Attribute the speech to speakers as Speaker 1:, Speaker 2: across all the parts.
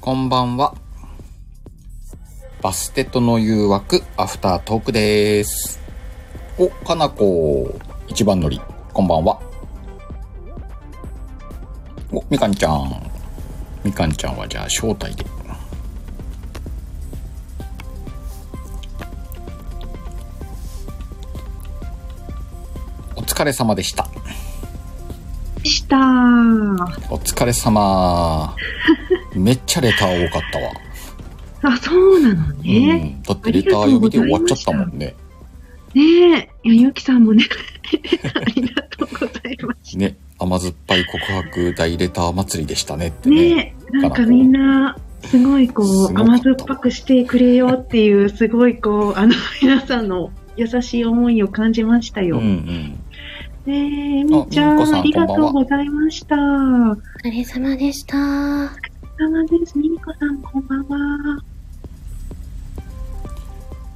Speaker 1: こんばんは。バステとの誘惑、アフタートークです。お、かなこ、一番乗り、こんばんは。お、みかんちゃん。みかんちゃんはじゃあ、招待で。お疲れ様でした。
Speaker 2: でしたー。
Speaker 1: お疲れ様。めっちゃレター多かったわ。
Speaker 2: あ、そうなの
Speaker 1: う
Speaker 2: ね。
Speaker 1: ん、だってレター読みで終わっちゃったもんね。
Speaker 2: ねえ。いや、ゆきさんもね、 ありがとうございま
Speaker 1: ね、甘酸っぱい告白大レター祭りでしたねって
Speaker 2: す。
Speaker 1: ね。
Speaker 2: ねえ。なんかみんな、すごいこ
Speaker 1: すごか
Speaker 2: う、
Speaker 1: った
Speaker 2: 甘酸っぱくしてくれよっていう、すごいこう、あの、皆さんの優しい思いを感じました
Speaker 1: うん
Speaker 2: よ。
Speaker 1: う
Speaker 2: ね
Speaker 1: ん。
Speaker 2: え、みーちゃ
Speaker 1: あみーこ
Speaker 2: ん、
Speaker 1: さん
Speaker 2: ありが
Speaker 1: こ
Speaker 2: と
Speaker 1: んば
Speaker 2: うん
Speaker 1: は
Speaker 2: ございました。お疲
Speaker 3: お疲れ様でした。
Speaker 2: れ様です。みみこさん、こんばんは。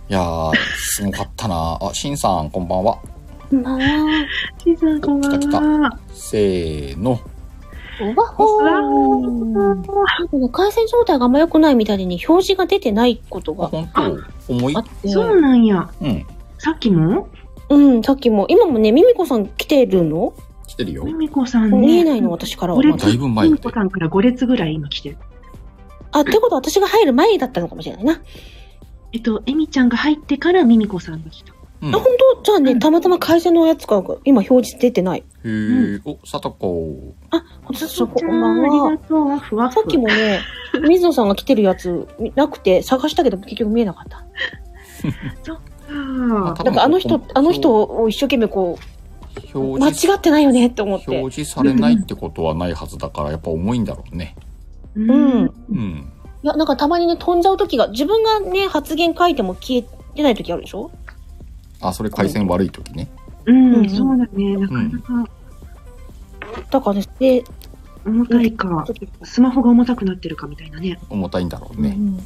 Speaker 1: いやー、すごかったな。あ、しんさん、こんばんは。
Speaker 3: こんばんは。
Speaker 2: ちーさん、こんば
Speaker 1: 来た来た
Speaker 2: んは。
Speaker 1: せーの。
Speaker 3: おばほー。なんかね、回線状態があんま良くないみたいでね、表示が出てないこと
Speaker 1: あ、
Speaker 3: が
Speaker 1: ほんと重い
Speaker 3: あって。
Speaker 2: そうなんや。
Speaker 1: うん。
Speaker 2: さっきも
Speaker 3: うん、さっきも、今もね、ミミコさん来てるの
Speaker 1: 来てるよ
Speaker 2: み。みこさんね。
Speaker 3: 見えないの、私からは
Speaker 2: 五
Speaker 3: ま
Speaker 2: 列
Speaker 3: だ
Speaker 1: だいぶ前
Speaker 2: ピ
Speaker 1: ま
Speaker 2: ン
Speaker 1: で
Speaker 2: 子さんから5列ぐらい今来てる。
Speaker 3: あ、ってことは私が入る前だったのかもしれないな。
Speaker 2: えっと、えみちゃんが入ってからミミコさんが来た。
Speaker 1: うん。
Speaker 3: あ、
Speaker 1: へ
Speaker 3: 本当じゃあね、たまたま回線のやつが今表示出てない。
Speaker 1: ー、お、さとこ。
Speaker 3: あ、ほんとそこ
Speaker 2: ちゃ
Speaker 3: こんばん
Speaker 2: あり
Speaker 3: は。
Speaker 2: がとう、わふわふ。
Speaker 3: さっきもね、水野さんが来てるやつみなくて探したけど結局見えなかった。
Speaker 1: あ
Speaker 2: ああ
Speaker 3: なんかあの人
Speaker 1: こん、
Speaker 3: あの人を一生懸命こう、間
Speaker 1: 表
Speaker 3: 違
Speaker 1: 示、
Speaker 3: ってないよねって思って。
Speaker 1: 表示されないってことはないはずだから、やっぱ重いんだろうね。
Speaker 2: う
Speaker 3: うん
Speaker 2: ん。
Speaker 1: うん。
Speaker 3: いや、なんかたまにね、飛んじゃう時が、自分がね、発言書いても消えてない時あるでしょ
Speaker 1: あ、それ回線悪い時ね。
Speaker 2: うん、
Speaker 3: うん
Speaker 2: そうだね。なかなか
Speaker 3: だからね、で、ち
Speaker 2: 重たいか、
Speaker 3: ょっと
Speaker 2: スマホが重たくなってるかみたいなね。
Speaker 1: 重たいんだろう
Speaker 3: う
Speaker 1: ね。
Speaker 3: ん、
Speaker 2: うん。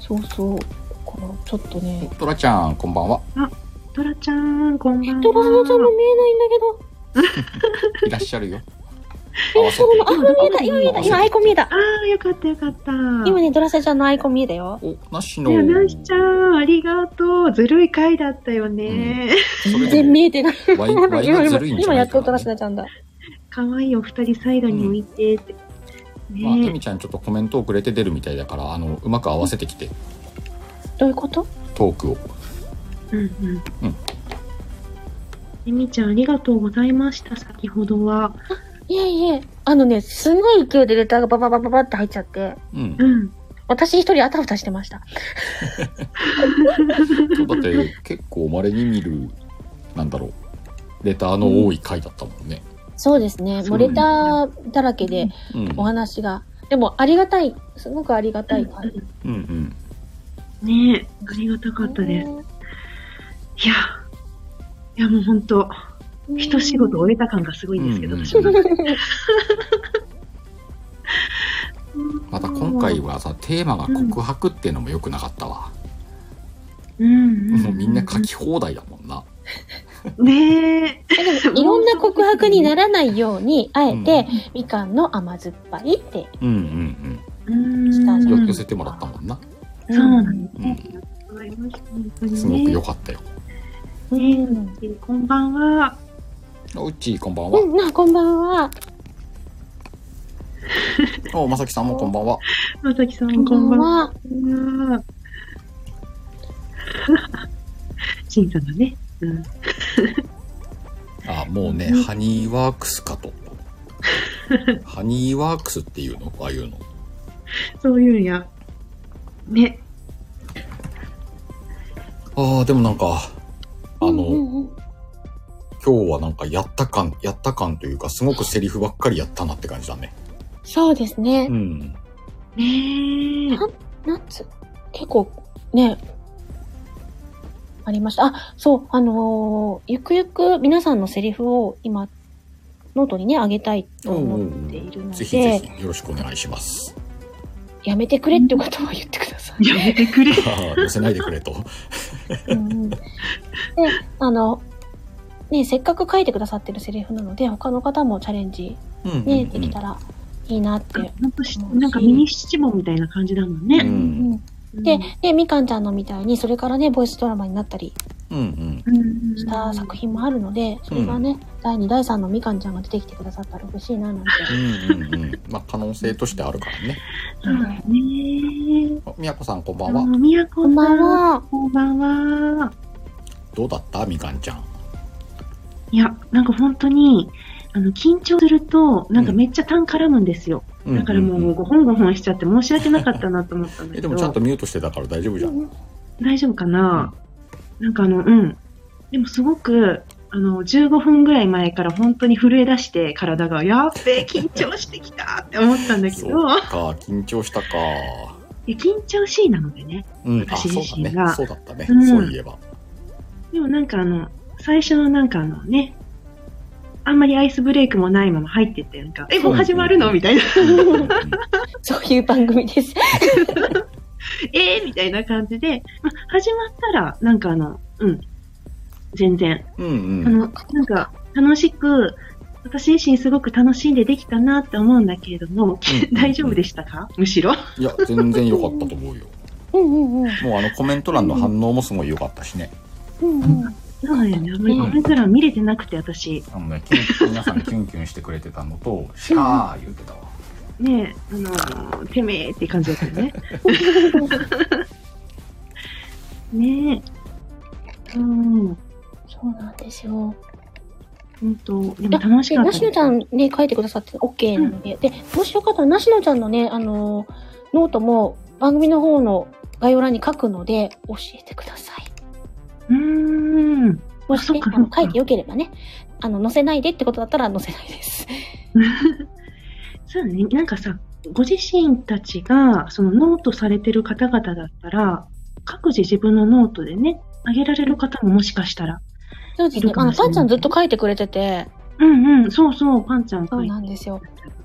Speaker 3: そうそう。このちょっとね。
Speaker 1: トラちゃん、こんばんは。
Speaker 2: トラちゃん、こんばんは。
Speaker 3: ドラマちゃんも見えないんだけど。
Speaker 1: いらっしゃるよ。合わせて。
Speaker 3: あ、今見えた、今見えた、今アイコン見えた。
Speaker 2: ああ、よかったよかった。
Speaker 3: 今
Speaker 2: ね
Speaker 3: ね、ドラサちゃんのアイコン見えたよ。
Speaker 1: お、なしの。
Speaker 2: え、なしちゃん、ありがとう。ずるい回だったよね。
Speaker 3: 全然見えてない。
Speaker 1: ワイ
Speaker 3: 今、
Speaker 1: ワイ
Speaker 3: 今
Speaker 1: がずるいんじゃ
Speaker 3: 今
Speaker 1: ない
Speaker 3: やっと
Speaker 1: か
Speaker 3: ド
Speaker 1: な、
Speaker 3: ラサちゃんだ。
Speaker 2: かわいいお二人サイドに置いてって。
Speaker 1: まあ、て
Speaker 2: ね
Speaker 1: みちゃんちょっとコメント遅れて出るみたいだから、あの、うまく合わせてきて、
Speaker 3: どういうこと
Speaker 1: トークを。
Speaker 2: うんうん。えみちゃん、ありがとうございました。先ほどは。
Speaker 3: いえいえ、あのね、すごい勢いでレターがバババババって入っちゃって、
Speaker 1: うん。
Speaker 2: うん。
Speaker 3: 私一人あたふたしてました。
Speaker 1: そうだって、結構稀に見る、なんだろう、レターの多い回だったもんね。
Speaker 3: そうですね。もうレターだらけで、
Speaker 1: うん。うん
Speaker 3: お話が。でも、ありがたい。すごくありがたい感じ。
Speaker 1: うん。
Speaker 2: ねえ、ありがたかったです。いや、いやもう本当、
Speaker 3: うん
Speaker 2: 一仕事終えた感がすごいんですけど、
Speaker 1: うんうん
Speaker 2: 私 も
Speaker 1: また今回、はさ、テーマが告白っていうのも良くなかったわ。
Speaker 2: うん
Speaker 1: もうみんな書き放題だもんな。
Speaker 2: ねえ、
Speaker 3: でもいろんな告白にならないように、あえ
Speaker 1: うん
Speaker 3: て、みかんの甘酸っぱいって。
Speaker 1: うんうん
Speaker 2: うん
Speaker 3: 下
Speaker 1: う
Speaker 3: 地
Speaker 1: ん。よ
Speaker 3: を
Speaker 1: 寄せてもらったもんな。
Speaker 2: そうな
Speaker 3: の。
Speaker 2: んですね。ありがとうございます本当にね
Speaker 1: すごく良かったよ。
Speaker 3: うん。
Speaker 2: えこんばんは。
Speaker 1: あうっちー、こんばんは
Speaker 3: う。ん、あこんばんは。
Speaker 1: お、まさきさんもこんばんは。
Speaker 2: まさきさん、こんばんは。
Speaker 3: は。
Speaker 2: しんさんがね。うん。
Speaker 1: あ、もうね、ハニーワークスか と。ハニーワークスっていうのああいうの。
Speaker 2: そういうんや。ね。
Speaker 1: ああ、でもなんか、あの、
Speaker 3: うんうんうん
Speaker 1: 今日はなんかやった感、やった感というか、すごくセリフばっかりやったなって感じだね。
Speaker 3: そうですね
Speaker 1: う。ん。
Speaker 2: ねえ。
Speaker 3: 夏、結構、ね、ありました。あ、そう、あのーゆくゆく皆さんのセリフを今、ノートにね、あげたいと思っているので、
Speaker 1: ぜひぜひよろしくお願いします。
Speaker 3: やめてくれっていうことは言ってください。
Speaker 2: やめてくれ。
Speaker 1: ああ寄せないでくれと。
Speaker 3: うんうんで、あの、ね、せっかく書いてくださってるセリフなので、他の方もチャレンジ、
Speaker 1: うんうんうん
Speaker 3: ね、できたらいいなって。
Speaker 2: なんかしなんかミニ七問みたいな感じだもん
Speaker 1: う
Speaker 2: ね。
Speaker 1: ん。
Speaker 3: で、で、みかんちゃんのみたいに、それからね、ボイスドラマになったり
Speaker 1: うんうん。
Speaker 2: うんうん
Speaker 3: し
Speaker 2: う
Speaker 3: た
Speaker 2: ん
Speaker 3: 作品もあるので、それがね、第2、第3のみかんちゃんが出てきてくださったら嬉しいな、なんて。
Speaker 1: うんうんうん。まあ、可能性としてあるからね。
Speaker 2: そうだね。
Speaker 1: あみやこさんこんば
Speaker 2: あ
Speaker 1: んは。
Speaker 2: の、みやこ
Speaker 3: こ
Speaker 2: さん
Speaker 3: んばん。は。
Speaker 2: こんばんは。
Speaker 1: どうだったみかんちゃん。
Speaker 2: いや、なんか本当に、あの、緊張すると、なんかめっちゃ痰絡むんですよ。だからも
Speaker 1: んん
Speaker 2: う、
Speaker 1: ん
Speaker 2: ごほんごほんしちゃって申し訳なかったなと思ったんだ
Speaker 1: え
Speaker 2: け
Speaker 1: で
Speaker 2: ど。
Speaker 1: もちゃんとミュートしてたから大丈夫じゃん。
Speaker 2: 大丈夫かな、なんかあの、うん。でもすごく、あの、15分ぐらい前から本当に震え出して体が、やっべえ、緊張してきたって思ったんだけ
Speaker 1: そ
Speaker 2: ど
Speaker 1: う、か、緊張したか。
Speaker 2: いや緊張しいなのでね。
Speaker 1: うん、あ、
Speaker 2: 私
Speaker 1: そう
Speaker 2: 自身
Speaker 1: だね。
Speaker 2: が
Speaker 1: そうだったね。
Speaker 2: うん
Speaker 1: そういえば。
Speaker 2: でもなんかあの、最初のなんかあのね、あんまりアイスブレイクもないまま入ってって、なんか、え、もう始まるのみたいな、
Speaker 1: うんうんうん
Speaker 3: そういう番組です。
Speaker 2: えー、みたいな感じで、ま、始まったら、なんかあの、うん、全然、
Speaker 1: うん
Speaker 2: あ
Speaker 1: うん。
Speaker 2: の、なんか、楽しく、私自身すごく楽しんでできたなって思うんだけれども、
Speaker 1: うん
Speaker 2: 大丈夫でしたかむしろ。
Speaker 1: いや、全然良かったと思うよ。
Speaker 3: うんうんうん。
Speaker 1: もうあのコメント欄の反応もすごい良かったしね。
Speaker 3: うんうん。
Speaker 2: そうだよね。あんまりコメント欄見れてなくて、私。
Speaker 1: あのね、キュン皆さんキュンキュンしてくれてたのと、シャー言うてたわ。
Speaker 2: ねえ、あの、てめえって感じだったよ ね。ねえ。うん。
Speaker 3: そうなんですよ。
Speaker 2: 本当でも楽しかった。
Speaker 3: でなしのちゃんね、書いてくださって OK なので、で、もしよかったら、なしのちゃんのね、あのーノートも番組の方の概要欄に書くので、教えてください。
Speaker 2: うーん。
Speaker 3: もし
Speaker 2: そ
Speaker 3: ね、
Speaker 2: っか
Speaker 3: あ
Speaker 2: そ
Speaker 3: の
Speaker 2: っか
Speaker 3: 書いてよければね、あの、載せないでってことだったら載せないです。
Speaker 2: そうだね。なんかさ、ご自身たちが、そのノートされてる方々だったら、各自自分のノートでね、あげられる方ももしかしたら。
Speaker 3: そうです
Speaker 2: い
Speaker 3: ね
Speaker 2: る。か
Speaker 3: あ
Speaker 2: も
Speaker 3: の、
Speaker 2: しれない
Speaker 3: パンちゃんずっと書いてくれてて、
Speaker 2: うんうん、そうそう、パンちゃん
Speaker 3: そう
Speaker 2: いて
Speaker 3: なんですよ。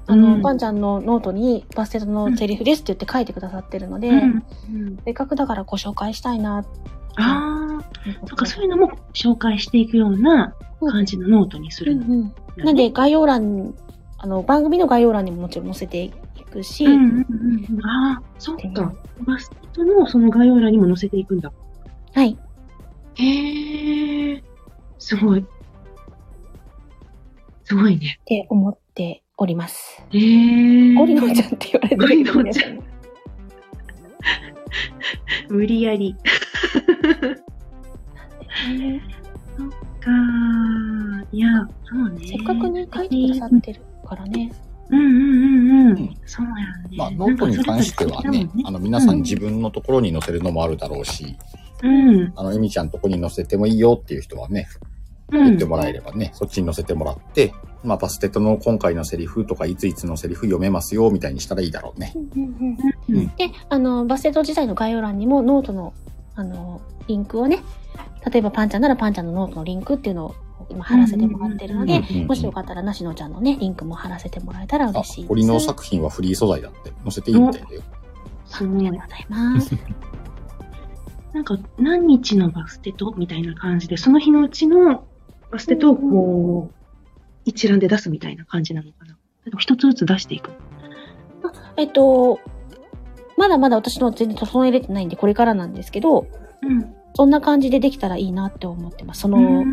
Speaker 2: う
Speaker 3: あ
Speaker 2: ん
Speaker 3: の、パンちゃんのノートにバステトのセリフですって言って書いてくださってるので、
Speaker 2: うんうん。
Speaker 3: せっかくだからご紹介したいなって
Speaker 2: ああ、
Speaker 3: いうことで。
Speaker 2: そっか、そういうのも紹介していくような感じのノートにす
Speaker 3: う
Speaker 2: る
Speaker 3: ん
Speaker 2: の。
Speaker 3: うん。なんで、概要欄、あの、番組の概要欄にももちろん載せていくし、
Speaker 2: うんうんうんうん。ああ、そっ
Speaker 3: で
Speaker 2: か。バスケットのその概要欄にも載せていくんだ。
Speaker 3: はい。
Speaker 2: へえ、すごい。すごいね。
Speaker 3: って思っております。
Speaker 2: へえ。
Speaker 3: ゴリのちゃんって言われてる
Speaker 2: ゴリのちゃ
Speaker 3: ん。
Speaker 2: 無理やり。かー。いや、そうね。
Speaker 3: せっかくね、書いてくださってるからね。
Speaker 2: うんうんうんうん。
Speaker 1: うん
Speaker 2: そうやね。
Speaker 1: まあ、ノートに関してはね、あの、皆さん自分のところに載せるのもあるだろうし、
Speaker 2: うん。
Speaker 1: あの、エミちゃんとこに載せてもいいよっていう人はね、
Speaker 2: う
Speaker 1: 言っ
Speaker 2: ん
Speaker 1: て。もらえればね、そっちに載せてもらって、まあ、バステットの今回のセリフとか、いついつのセリフ読めますよ、みたいにしたらいいだろうね。うんうん
Speaker 3: で、あの、バステット時代の概要欄にもノートの、あの、リンクをね、例えばパンちゃんならパンちゃんのノートのリンクっていうのを今貼らせてもらってるの
Speaker 2: うん
Speaker 3: で、
Speaker 1: うんうんうん
Speaker 3: もしよかったらなしのちゃんのね、リンクも貼らせてもらえたら
Speaker 1: あ
Speaker 3: 嬉しいです。、
Speaker 1: 堀の作品はフリー素材だって、載せていいみたいだよ。
Speaker 2: す
Speaker 3: あ
Speaker 2: ご
Speaker 3: り
Speaker 2: い
Speaker 3: がとう。ございます。
Speaker 2: なんか、何日のバステとみたいな感じで、その日のうちのバステとをこう、一覧で出すみたいな感じなのかな。なんか一つずつ出していく。
Speaker 3: えっと、まだまだ私の全然整えれてないんで、これからなんですけど、
Speaker 2: うん。
Speaker 3: そんな感じでできたらいいなって思ってます。その、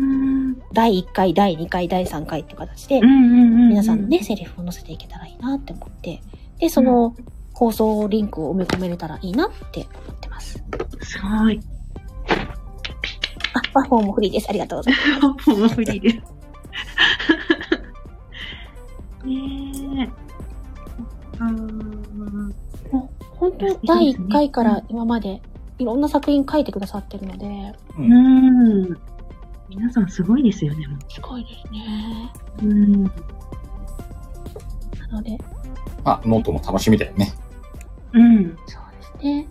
Speaker 3: 第1回、第2回、第3回って形で、皆
Speaker 2: 皆
Speaker 3: さんのね、セリフを載せていけたらいいなって思って、で、その放送リンクを埋め込めれたらいいなって思ってます。
Speaker 2: すごい。
Speaker 3: あ、パフォーもフリーです。ありがとうございます。
Speaker 2: もう無理です。ねえ。あー
Speaker 3: 本当、第1回から今まで、いろんな作品書いてくださってるので、
Speaker 1: う
Speaker 2: う。ん。皆さんすごいですよね、も
Speaker 3: すごいですね。
Speaker 2: う。うん。
Speaker 3: なので、
Speaker 1: まあ、ノートも楽しみだよね。
Speaker 2: うん。
Speaker 3: そうですね。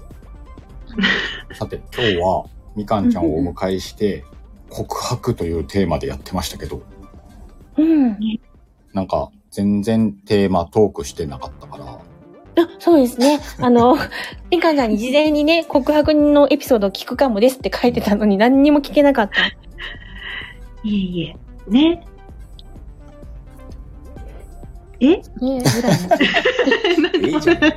Speaker 1: さて、今日は、みかんちゃんをお迎えして、告白というテーマでやってましたけど、
Speaker 3: うん。
Speaker 1: なんか、全然テーマトークしてなかったから、
Speaker 3: あそうですね。 あの、みかんちゃんに事前にね、告白のエピソードを聞くかもですって書いてたのに何にも聞けなかった。
Speaker 2: いえいえ。ね。え
Speaker 3: ねぐらい の。
Speaker 1: いいじゃん。
Speaker 2: え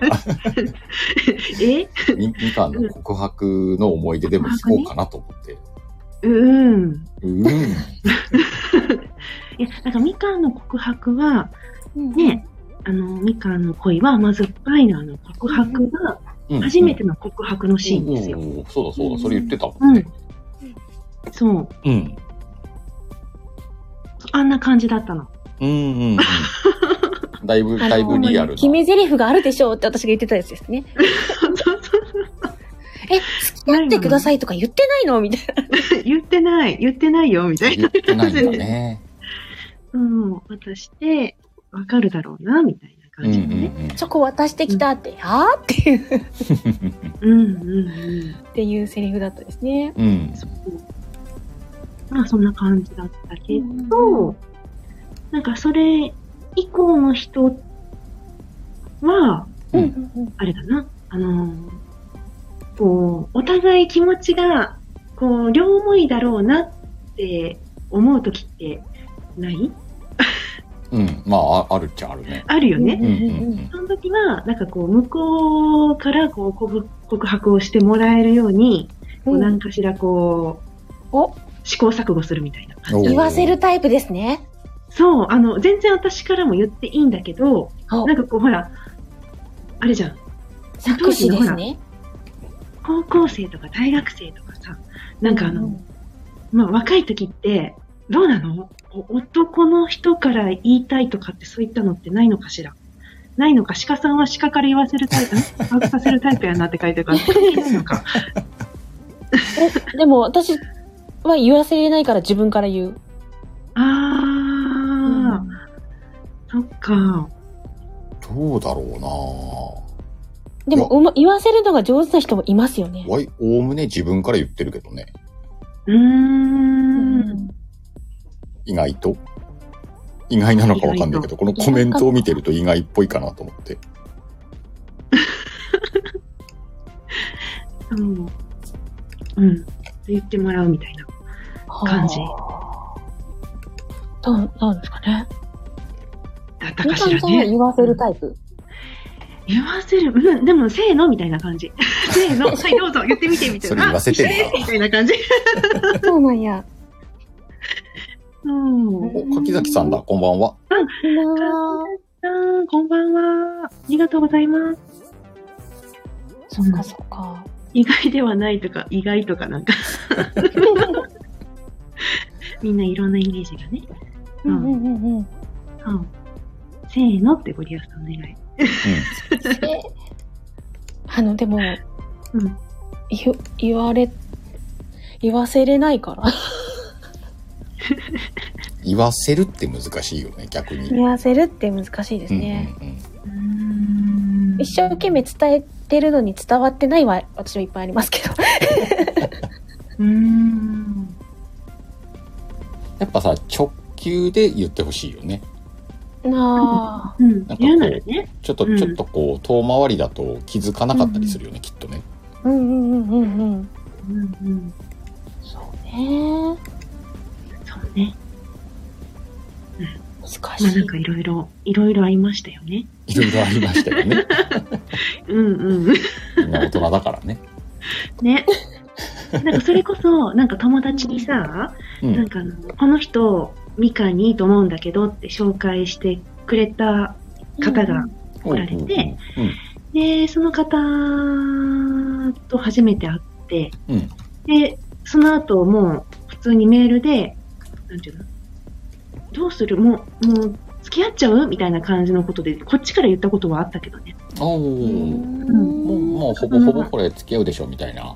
Speaker 1: みみかんの告白の思い出でも聞こうかなと思って。
Speaker 2: うん。
Speaker 1: うん。
Speaker 2: いや、なんかみかんの告白は、
Speaker 3: うん
Speaker 2: ね、あの、みかんの恋は甘酸っぱいのあの告白
Speaker 1: う
Speaker 2: が、
Speaker 1: ん
Speaker 2: 初めての告白のシーンですよ。
Speaker 1: うんうんそうだそうだ、それ言ってたもんね。
Speaker 2: そう。
Speaker 1: うん。
Speaker 2: あんな感じだったの。
Speaker 1: うんうんうん。だいぶ、
Speaker 3: あの
Speaker 1: だいぶリアルな。
Speaker 3: 決め台詞があるでしょうって私が言ってたやつです ね。え、付き合ってくださいとか言ってないのみたいな。
Speaker 2: 言ってない、言ってないよ、みたい
Speaker 1: 言
Speaker 2: な
Speaker 1: っ。てないん だね。
Speaker 2: うん、渡して、わかるだろうな、みたいな
Speaker 1: うんう
Speaker 2: 感じ
Speaker 1: ん
Speaker 2: のね。
Speaker 3: チョコ渡してきたって、はぁっていう、っ
Speaker 2: うん、うん、うん。
Speaker 3: ていうセリフだったですね。
Speaker 1: うん。うん。
Speaker 2: そう。まあ、そんな感じだったけ
Speaker 3: うん
Speaker 2: ど、なんかそれ以降の人は、
Speaker 3: う
Speaker 1: うんん
Speaker 3: うん
Speaker 2: あれだな、あのーこう、お互い気持ちが、こう、両思いだろうなって思うときってない
Speaker 1: うん。まあ、ああるっちゃあるね。
Speaker 2: あるよね。
Speaker 1: うんうん
Speaker 2: その時は、なんかこう、向こうからこう告告白をしてもらえるように、こう
Speaker 3: うん。
Speaker 2: 何かしらこう、
Speaker 3: お
Speaker 2: 試行錯誤するみたいな
Speaker 1: うん。
Speaker 2: 感
Speaker 1: おー
Speaker 2: じ。
Speaker 3: 言わせる。タイプですね。
Speaker 2: そう、あの、全然私からも言っていいんだけど、
Speaker 3: お
Speaker 2: なんかこう、ほら、あれじゃん、
Speaker 3: 作詞ですね。
Speaker 2: 高校生とか大学生とかさ、なんかあの、まあ若い時って、どうなのお男の人から言いたいとかってそういったのってないのかしらないのか鹿さんは鹿から言わせるタイプ、告白させるタイプやなって書いてるから、関係ないのか。
Speaker 3: えでも私は言わせれないから自分から言う。
Speaker 2: ああ、そっか。
Speaker 1: どうだろ
Speaker 3: でも、うま言わせるのが上手な人もいますよね
Speaker 1: うな。わい、おおむね自分から言ってるけどね。
Speaker 2: うーん。
Speaker 3: う
Speaker 1: 意外と。意外なのかわかんないけど、このコメントを見てると意外っぽいかなと思って。
Speaker 2: うん。うん。言ってもらうみたいな。感じ
Speaker 3: どう、どうですかね。
Speaker 2: だった
Speaker 3: み
Speaker 2: かし
Speaker 3: かん
Speaker 2: ら
Speaker 3: さんは
Speaker 2: ね。
Speaker 3: 言わせるタ イプ。
Speaker 2: 言わせる。うん、でも、せーのみたいな感じ。 せーの。はい、どうぞ、言ってみてみたいな。
Speaker 1: それ言わせてん
Speaker 2: あ みたいな感じ。
Speaker 3: そうなんや。
Speaker 2: うん。
Speaker 1: お、柿崎さんだ、こんばんは。
Speaker 3: いいなぁ
Speaker 2: あーこんばんは。ありがとうございます。
Speaker 3: そっかそっか。
Speaker 2: 意外ではないとか、意外とかなん か。みんないろんなイメージがね。
Speaker 3: う
Speaker 2: うんん
Speaker 3: うんうんうん。
Speaker 2: うん。せーのってゴリアスさんお願い。
Speaker 3: あの、でも、
Speaker 2: うん。
Speaker 3: 言言われ、言わせれないから。
Speaker 1: 言わせるって難しいよね、逆に。
Speaker 3: 言わせるって難しいです
Speaker 1: うん
Speaker 3: ね。
Speaker 1: うんうん
Speaker 2: うん
Speaker 3: 一生懸命伝えてるのに伝わってないは私もいっぱいありますけど。
Speaker 2: うーん。
Speaker 1: やっぱさ、直球で言ってほしいよね。
Speaker 3: なあ。
Speaker 2: うん
Speaker 1: なんかこう
Speaker 2: 言うならね。
Speaker 1: ちょっと、
Speaker 2: うん
Speaker 1: ちょっとこう、遠回りだと気づかなかったりするよね、きっとね。
Speaker 3: うんうんうんうんうん。
Speaker 2: うんうん。
Speaker 3: そうね。
Speaker 2: そうね。まあな
Speaker 3: 難し
Speaker 2: ん
Speaker 3: い。
Speaker 2: かいろいろ、いろいろありましたよね。
Speaker 1: いろいろありましたよ ね。
Speaker 2: うんうん。
Speaker 1: みんな大人だからね。
Speaker 2: ね。なんかそれこそ、なんか友達にさ、
Speaker 1: う
Speaker 2: なん
Speaker 1: ん。
Speaker 2: かあの、この人、みかんにいいと思うんだけどって紹介してくれた方がおられて、で、その方と初めて会って、
Speaker 1: うん
Speaker 2: で、その後もう普通にメールで、なんていうのどうするもう、もう付き合っちゃうみたいな感じのことで、こっちから言ったことはあったけどね。
Speaker 1: お
Speaker 3: う
Speaker 1: お。
Speaker 3: ん。
Speaker 1: もう、もうほぼほぼこれ付き合うでしょ、みたいな。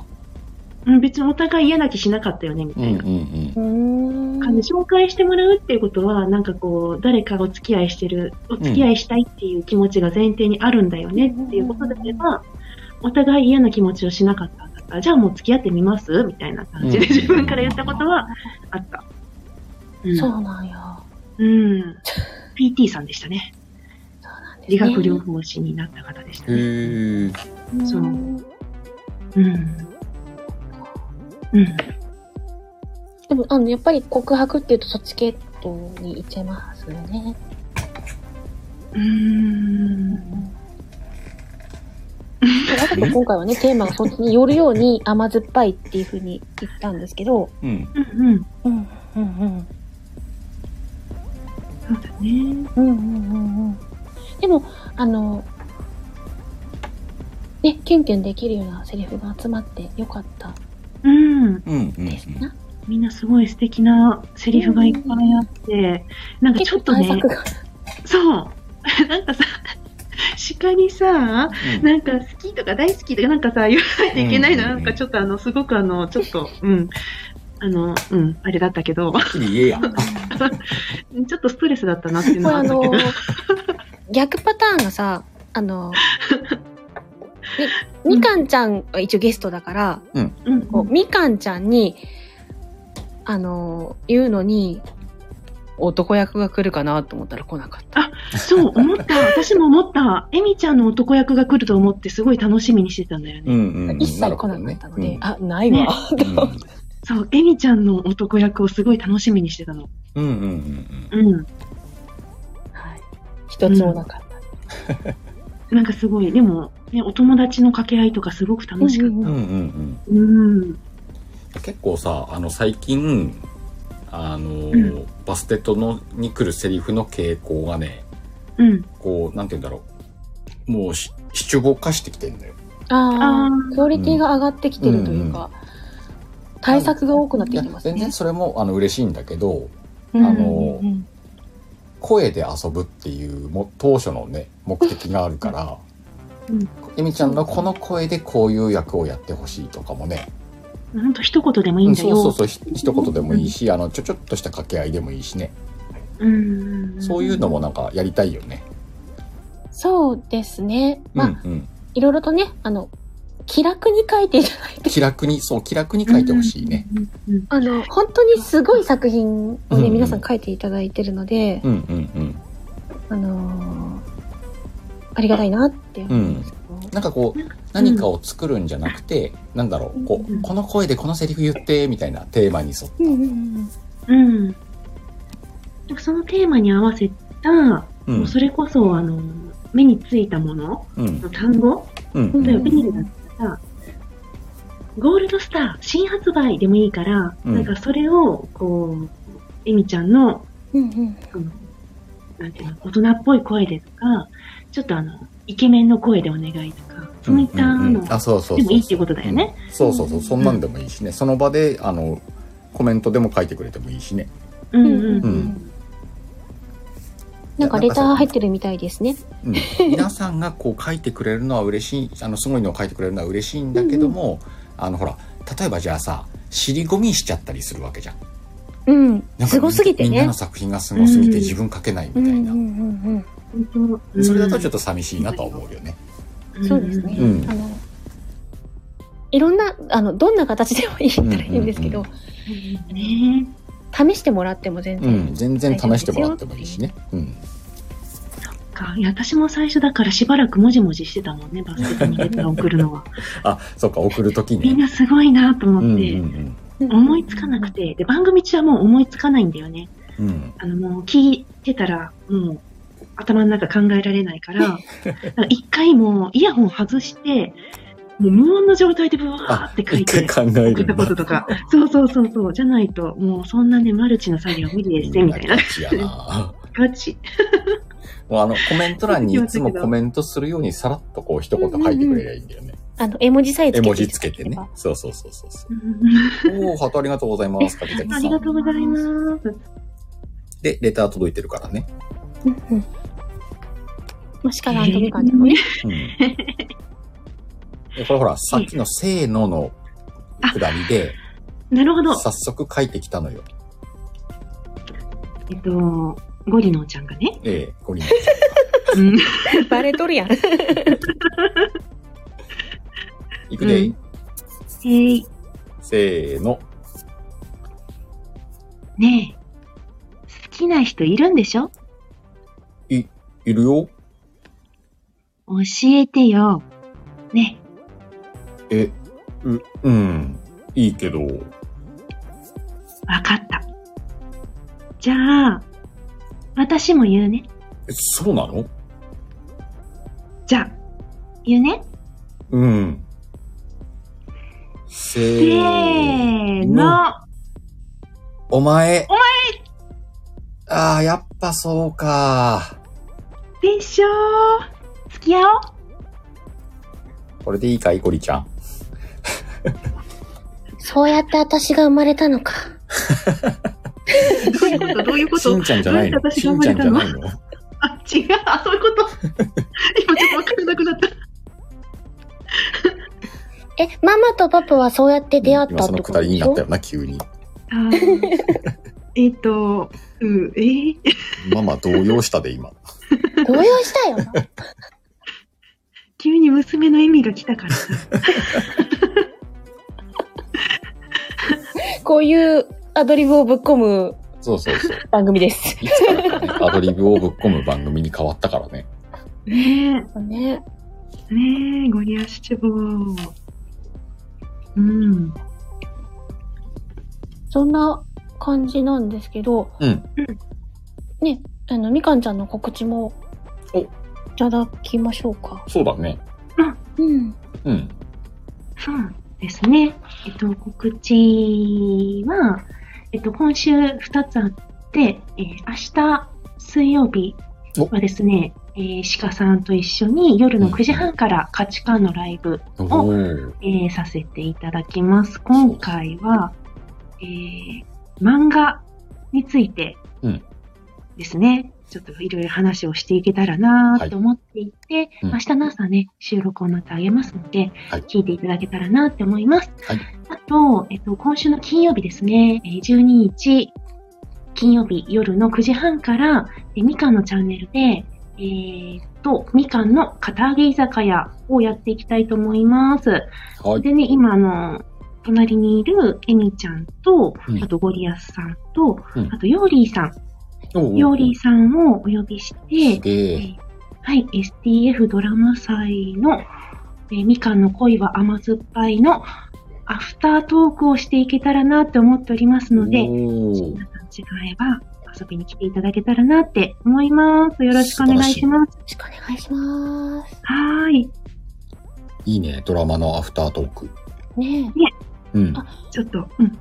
Speaker 2: うん、別にお互い嫌な気しなかったよね、み
Speaker 1: う
Speaker 2: た
Speaker 1: んうん
Speaker 2: いな。
Speaker 1: うん。
Speaker 3: うん。
Speaker 2: 感じ紹介してもらうっていうことは、なんかこう、誰かお付き合いしてる、お付き合いしたいっていう気持ちが前提にあるんだよねっていうことであれば、お互い嫌な気持ちをしなかったんだったら、じゃあもう付き合ってみますみたいな感じで
Speaker 1: うん
Speaker 2: 自分から言ったことはあった。うん、
Speaker 3: そうなんや。
Speaker 2: うん。PT さんでしたね。理学療法士になった方でした
Speaker 1: へ
Speaker 2: ね。
Speaker 1: ー
Speaker 2: そうんうん。うん。
Speaker 3: でも、あの、やっぱり告白っていうとそっち系統に行っちゃいますよね。
Speaker 2: うーん。
Speaker 3: わざと今回はね、テーマがそっちによるように甘酸っぱいっていうふうに言ったんですけど、
Speaker 1: うん。
Speaker 2: うんうん。
Speaker 3: うん、うん、うん。
Speaker 2: そうだね。
Speaker 3: うんうんうんうん。でも、あの、ね、キュンキュンできるようなセリフが集まってよかった
Speaker 2: うん。
Speaker 1: うん。うん。
Speaker 3: ですな。
Speaker 2: みんなすごい素敵なセリフがいっぱいあって、なんかちょっと
Speaker 3: 結
Speaker 2: ね
Speaker 3: 構、対策
Speaker 2: そう。 なんかさ、鹿にさ、
Speaker 1: うん
Speaker 2: なんか好きとか大好きとかなんかさ、言わないといけないの、
Speaker 1: うんうんうん
Speaker 2: なんかちょっとあの、すごくあの、ちょっと、うん。あの、うん、あれだったけど、
Speaker 1: はっきり言えや。
Speaker 3: が。
Speaker 2: ちょっとストレスだったなっていう
Speaker 3: こ
Speaker 2: の
Speaker 3: れ
Speaker 2: はあ
Speaker 3: あ
Speaker 2: った
Speaker 3: の
Speaker 2: けど。、
Speaker 3: 逆パターンがさ、あの、み、みかんちゃんは一応ゲストだから、
Speaker 2: うん
Speaker 3: こうみかんちゃんに、あの、言うのに、男役が来るかなと思ったら来なかった。
Speaker 2: そう、思った。私も思った。エミちゃんの男役が来ると思って、すごい楽しみにしてたんだよね。
Speaker 1: うんうんうん。
Speaker 3: 一切来なかったので、
Speaker 1: なる
Speaker 3: あ、ないわ。
Speaker 1: ほどね
Speaker 2: そう、エミちゃんの男役をすごい楽しみにしてたの。
Speaker 1: うんうんうんうんうん
Speaker 2: うん。
Speaker 3: はい。一つもなかった。
Speaker 2: なんかすごい、でも、ね、お友達の掛け合いとかすごく楽しかっ
Speaker 1: うんう
Speaker 2: た。
Speaker 1: んうん
Speaker 2: うん。
Speaker 1: うん。結構さ、あの、最近、あの
Speaker 2: う
Speaker 1: ー、バステットのに来るセリフの傾向がね、
Speaker 2: うん。
Speaker 1: こう、なんて言うんだろう。もうし、しちゅぼかしてきてんだよ。
Speaker 3: あ
Speaker 2: あ
Speaker 3: あ、クオリティが上がってきてるというか、対策が多くなってきてます
Speaker 1: 全
Speaker 3: ね
Speaker 1: 然。それも、あの、嬉しいんだけど、
Speaker 3: うん
Speaker 1: あの
Speaker 3: うんうん
Speaker 1: 声で遊ぶっていうも当初のね目的があるから、
Speaker 2: うん
Speaker 1: えみちゃんのこの声でこういう役をやってほしいとかもね、
Speaker 2: ほんと一言でもいい
Speaker 1: うんん
Speaker 2: だ
Speaker 1: そ
Speaker 2: よ。
Speaker 1: うそうそうひ一言でもいいし、あのちょちょっとした掛け合いでもいいしね、
Speaker 2: うん。
Speaker 1: そういうのもなんかやりたいよね。
Speaker 3: そうですね。
Speaker 1: う
Speaker 3: まあ、
Speaker 1: んうん、
Speaker 3: いろいろとね、あの、気楽に書いていただいて、
Speaker 1: 気楽にそう気楽に書いてほしいね。
Speaker 2: うん。うん。
Speaker 3: あの、本当にすごい作品を
Speaker 1: うんう
Speaker 3: ね、
Speaker 1: ん
Speaker 3: 皆さん書いていただいてるので、
Speaker 1: うんうん
Speaker 3: あのーありがたいなって
Speaker 1: うんう
Speaker 3: 思うん
Speaker 1: ん
Speaker 3: ですけど。
Speaker 1: なんかこう何かを作るんじゃなくて、なんだろうこ
Speaker 2: うん
Speaker 1: うこの声でこのセリフ言ってみたいなテーマに沿って、
Speaker 3: うんうんうん
Speaker 2: うん。でもそのテーマに合わせた、
Speaker 1: う
Speaker 2: もうんそれこそ、あの、目についたもの
Speaker 1: うん
Speaker 2: の単語
Speaker 1: うんう
Speaker 3: う
Speaker 1: んん
Speaker 2: 例えばビールだったら、ゴールドスター、新発売でもいいから、
Speaker 1: うん
Speaker 2: なんかそれを、こう、エミちゃんの、
Speaker 3: うんうん
Speaker 2: その、なんていうの、大人っぽい声でとか、ちょっとあの、イケメンの声でお願いとか、そういった
Speaker 1: うんうん
Speaker 2: の
Speaker 1: うんあそうそうそう
Speaker 2: でもいいってことだよね
Speaker 1: うんそうそうそうそんなんでもいいしねその場であのコメントでも書いてくれてもいいしね
Speaker 2: うん
Speaker 3: う
Speaker 2: うん
Speaker 3: うん
Speaker 2: ん
Speaker 3: う
Speaker 2: うん
Speaker 3: んなんかレター入ってるみたいですね。
Speaker 1: うん皆さんがこう書いてくれるのは嬉しいあのすごいのを書いてくれるのは嬉しいんだけども、あのほら例えばじゃあさ尻込みしちゃったりするわけじゃん
Speaker 3: うん。
Speaker 1: なんか
Speaker 3: すごすぎて
Speaker 1: みんな
Speaker 3: ね
Speaker 1: の。作品がすごすぎ
Speaker 2: う
Speaker 1: て
Speaker 2: ん
Speaker 1: 自分書けないみた
Speaker 3: う
Speaker 1: い
Speaker 3: んうん
Speaker 1: な、
Speaker 3: うんうん。
Speaker 2: 本当
Speaker 1: それだとちょっ
Speaker 2: と、
Speaker 1: と寂しいなとは思うよね
Speaker 3: そうですね。
Speaker 1: うん
Speaker 3: あのいろんなあのどんな形でもいいったらいいんですけど、
Speaker 1: うん
Speaker 2: うんね
Speaker 3: 試してもらっても全
Speaker 1: う
Speaker 3: 然、
Speaker 1: ん、全然試してもらってもいいしねうん
Speaker 2: かいや私も最初だからしばらくもじもじしてたもんね、バスケットにレター送るのは。
Speaker 1: あ そうか送る時
Speaker 2: みん
Speaker 1: ね
Speaker 2: なすごいなと思
Speaker 1: う
Speaker 2: っ
Speaker 1: ん
Speaker 2: て、
Speaker 1: うんうん
Speaker 2: 思いつかなくて、で、番組中はもう思いつかないんだよね。
Speaker 1: うん
Speaker 2: あの、もう聞いてたら、もう頭の中考えられないから、だから一回もうイヤホン外して、もう無音の状態でブワーって書い
Speaker 1: 一
Speaker 2: て
Speaker 1: 回、考える
Speaker 2: 送った
Speaker 1: ん
Speaker 2: こ
Speaker 1: だ
Speaker 2: ととか、そうそうそうそう、じゃないと、もうそんなね、マルチの作業無理ですね、みたいな
Speaker 1: みんなガチやな
Speaker 2: 感じ。
Speaker 1: もうあの、コメント欄にいつもコメントするようにさらっとこう一言書いてくれりゃいいんだよね。
Speaker 3: あの絵文字さえつけ
Speaker 1: 絵
Speaker 3: て
Speaker 1: 文字つけてね。そうそうそうそうそう。おー、ハートありがとうございます。かけて
Speaker 2: あ
Speaker 1: さ
Speaker 2: りが
Speaker 1: ん。
Speaker 2: とうございます。
Speaker 1: で、レター届いてるからね。
Speaker 3: うんうんもしかなんとみかんちゃんもね、
Speaker 1: うん。でこれほら、さっきのせーののくだりで、
Speaker 2: なるほど。
Speaker 1: 早速書いてきたのよ。
Speaker 2: えっと、ゴリノちゃんがね。
Speaker 1: ええこれに。
Speaker 2: うん
Speaker 3: バレとるやん。
Speaker 1: いくで、
Speaker 2: うんへい、
Speaker 1: せーの。
Speaker 2: ねえ、好きな人いるんでしょ
Speaker 1: いるよ。
Speaker 2: 教えてよ。ね。
Speaker 1: え、う、うん。いいけど。
Speaker 2: わかった。じゃあ、私も言うね。
Speaker 1: えそうなの
Speaker 2: じゃあ、言うね。
Speaker 1: うん。せ
Speaker 2: せーの。
Speaker 1: お前。
Speaker 2: お
Speaker 1: 前ああ、やっぱそうか。
Speaker 2: でしょー。付き合 おう。
Speaker 1: これでいいか、イコリちゃん。
Speaker 3: そうやって私が生まれたのか。
Speaker 2: どういうことどういうこ
Speaker 1: し
Speaker 2: と
Speaker 1: んちゃんじゃないの
Speaker 2: どうし
Speaker 1: し
Speaker 2: て私が生
Speaker 1: んちゃんじゃ
Speaker 2: まれたの
Speaker 1: ないの
Speaker 2: あ、違う。あ、そういうこと。 今ちょっとわからなくなった。
Speaker 3: え、ママとパパはそうやって出会った
Speaker 1: 今
Speaker 3: っ
Speaker 1: その
Speaker 3: て
Speaker 1: く
Speaker 3: こ
Speaker 1: だ
Speaker 3: と
Speaker 1: り
Speaker 3: で
Speaker 1: に
Speaker 3: し
Speaker 1: なっ
Speaker 3: ょ
Speaker 1: たよな、急に。
Speaker 2: あーえっと、うん、えー、
Speaker 1: ママ動揺したで、今。
Speaker 3: 動揺したよな。
Speaker 2: 急に娘の笑みが来たから。
Speaker 3: こういうアドリブをぶっ込む
Speaker 1: そうそうそう。
Speaker 3: 番組です。
Speaker 1: いつからかね アドリブをぶっ込む番組に変わったからね。
Speaker 2: ね
Speaker 3: ね。
Speaker 2: え、ねえ、ゴリアシチボー。うん。
Speaker 3: そんな感じなんですけど、
Speaker 1: うん。
Speaker 3: ね、あの、みかんちゃんの告知も、
Speaker 1: お
Speaker 3: いただきましょうか。
Speaker 1: そうだね。
Speaker 3: うん。
Speaker 1: うん。
Speaker 2: そうですね。えっと、告知は、えっと、今週2つあって、えー明日水曜日はですね、えー鹿さんと一緒に夜の9時半から価値観のライブ、
Speaker 1: お
Speaker 2: お
Speaker 1: ー
Speaker 2: えーさせていただきます。今回は、えー漫画について
Speaker 1: うん
Speaker 2: ですね、ちょっといろいろ話をしていけたらなと思っていて、
Speaker 1: うん
Speaker 2: 明日の朝ね、収録をまたあげますので、
Speaker 1: はい
Speaker 2: 聞いていただけたらなって思います。
Speaker 1: はい
Speaker 2: あと、えっと、今週の金曜日ですね、えー12日、金曜日夜の9時半から、えーみかんのチャンネルで、えーっと、みかんの片揚げ居酒屋をやっていきたいと思います。
Speaker 1: はい。
Speaker 2: でね、今、あの、隣にいるエミちゃんと
Speaker 1: うん、
Speaker 2: あとゴリアスさんと、
Speaker 1: うん
Speaker 2: あとヨーリーさん、
Speaker 1: おー
Speaker 2: ヨーリーさんをお呼びし
Speaker 1: す
Speaker 2: て、
Speaker 1: げ
Speaker 2: え
Speaker 1: え。
Speaker 2: ーはい、STF ドラマ祭の、えーみかんの恋は甘酸っぱいのアフタートークをしていけたらなって思っておりますので、
Speaker 1: おー
Speaker 2: 皆さん違えば遊びに来ていただけたらなって思います。よろしくお願いします
Speaker 3: よ。ろしくお願いします。
Speaker 2: はーい。
Speaker 1: いいね、ドラマのアフタートーク。
Speaker 3: ね
Speaker 1: うん。
Speaker 3: あ
Speaker 2: ちょっと、うん、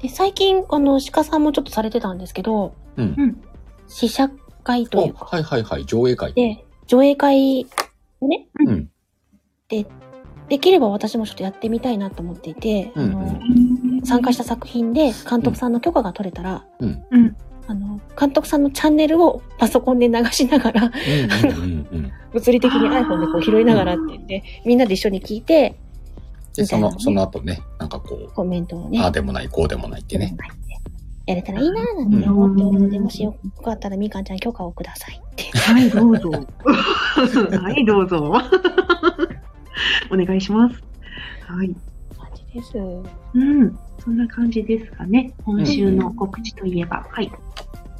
Speaker 3: で、最近、あの、鹿さんもちょっとされてたんですけど、
Speaker 1: うん
Speaker 2: う。ん。
Speaker 3: 試写会という
Speaker 1: お
Speaker 3: か、
Speaker 1: はいはいはい、上映会。
Speaker 3: で、上映会をね、
Speaker 1: うん。
Speaker 3: で、できれば私もちょっとやってみたいなと思っていて、
Speaker 1: うん
Speaker 3: あの
Speaker 1: う
Speaker 3: 参加した作品で監督さんの許可が取れたら、
Speaker 1: うん
Speaker 2: うん
Speaker 3: あの、監督さんのチャンネルをパソコンで流しなが ら、
Speaker 1: うんうんうん うん。
Speaker 3: 物理的に
Speaker 2: あー
Speaker 3: iPhone でこう拾いながらって言って、みんなで一緒に聞いて、
Speaker 1: で、そ
Speaker 3: みたいなね
Speaker 1: の、その後ね、なんかこう、
Speaker 3: コメントを
Speaker 1: あ
Speaker 3: ね
Speaker 1: あ、でもない、こうでもないってね。
Speaker 3: やれたらいいなーなんて思っておるので、もしよかったらみかんちゃん許可をくださいって。
Speaker 2: はい、どうぞ。 はい、どうぞ。お願いします。はい。
Speaker 3: 感じです。
Speaker 2: うん。そんな感じですかね。今週の告知といえば。はい。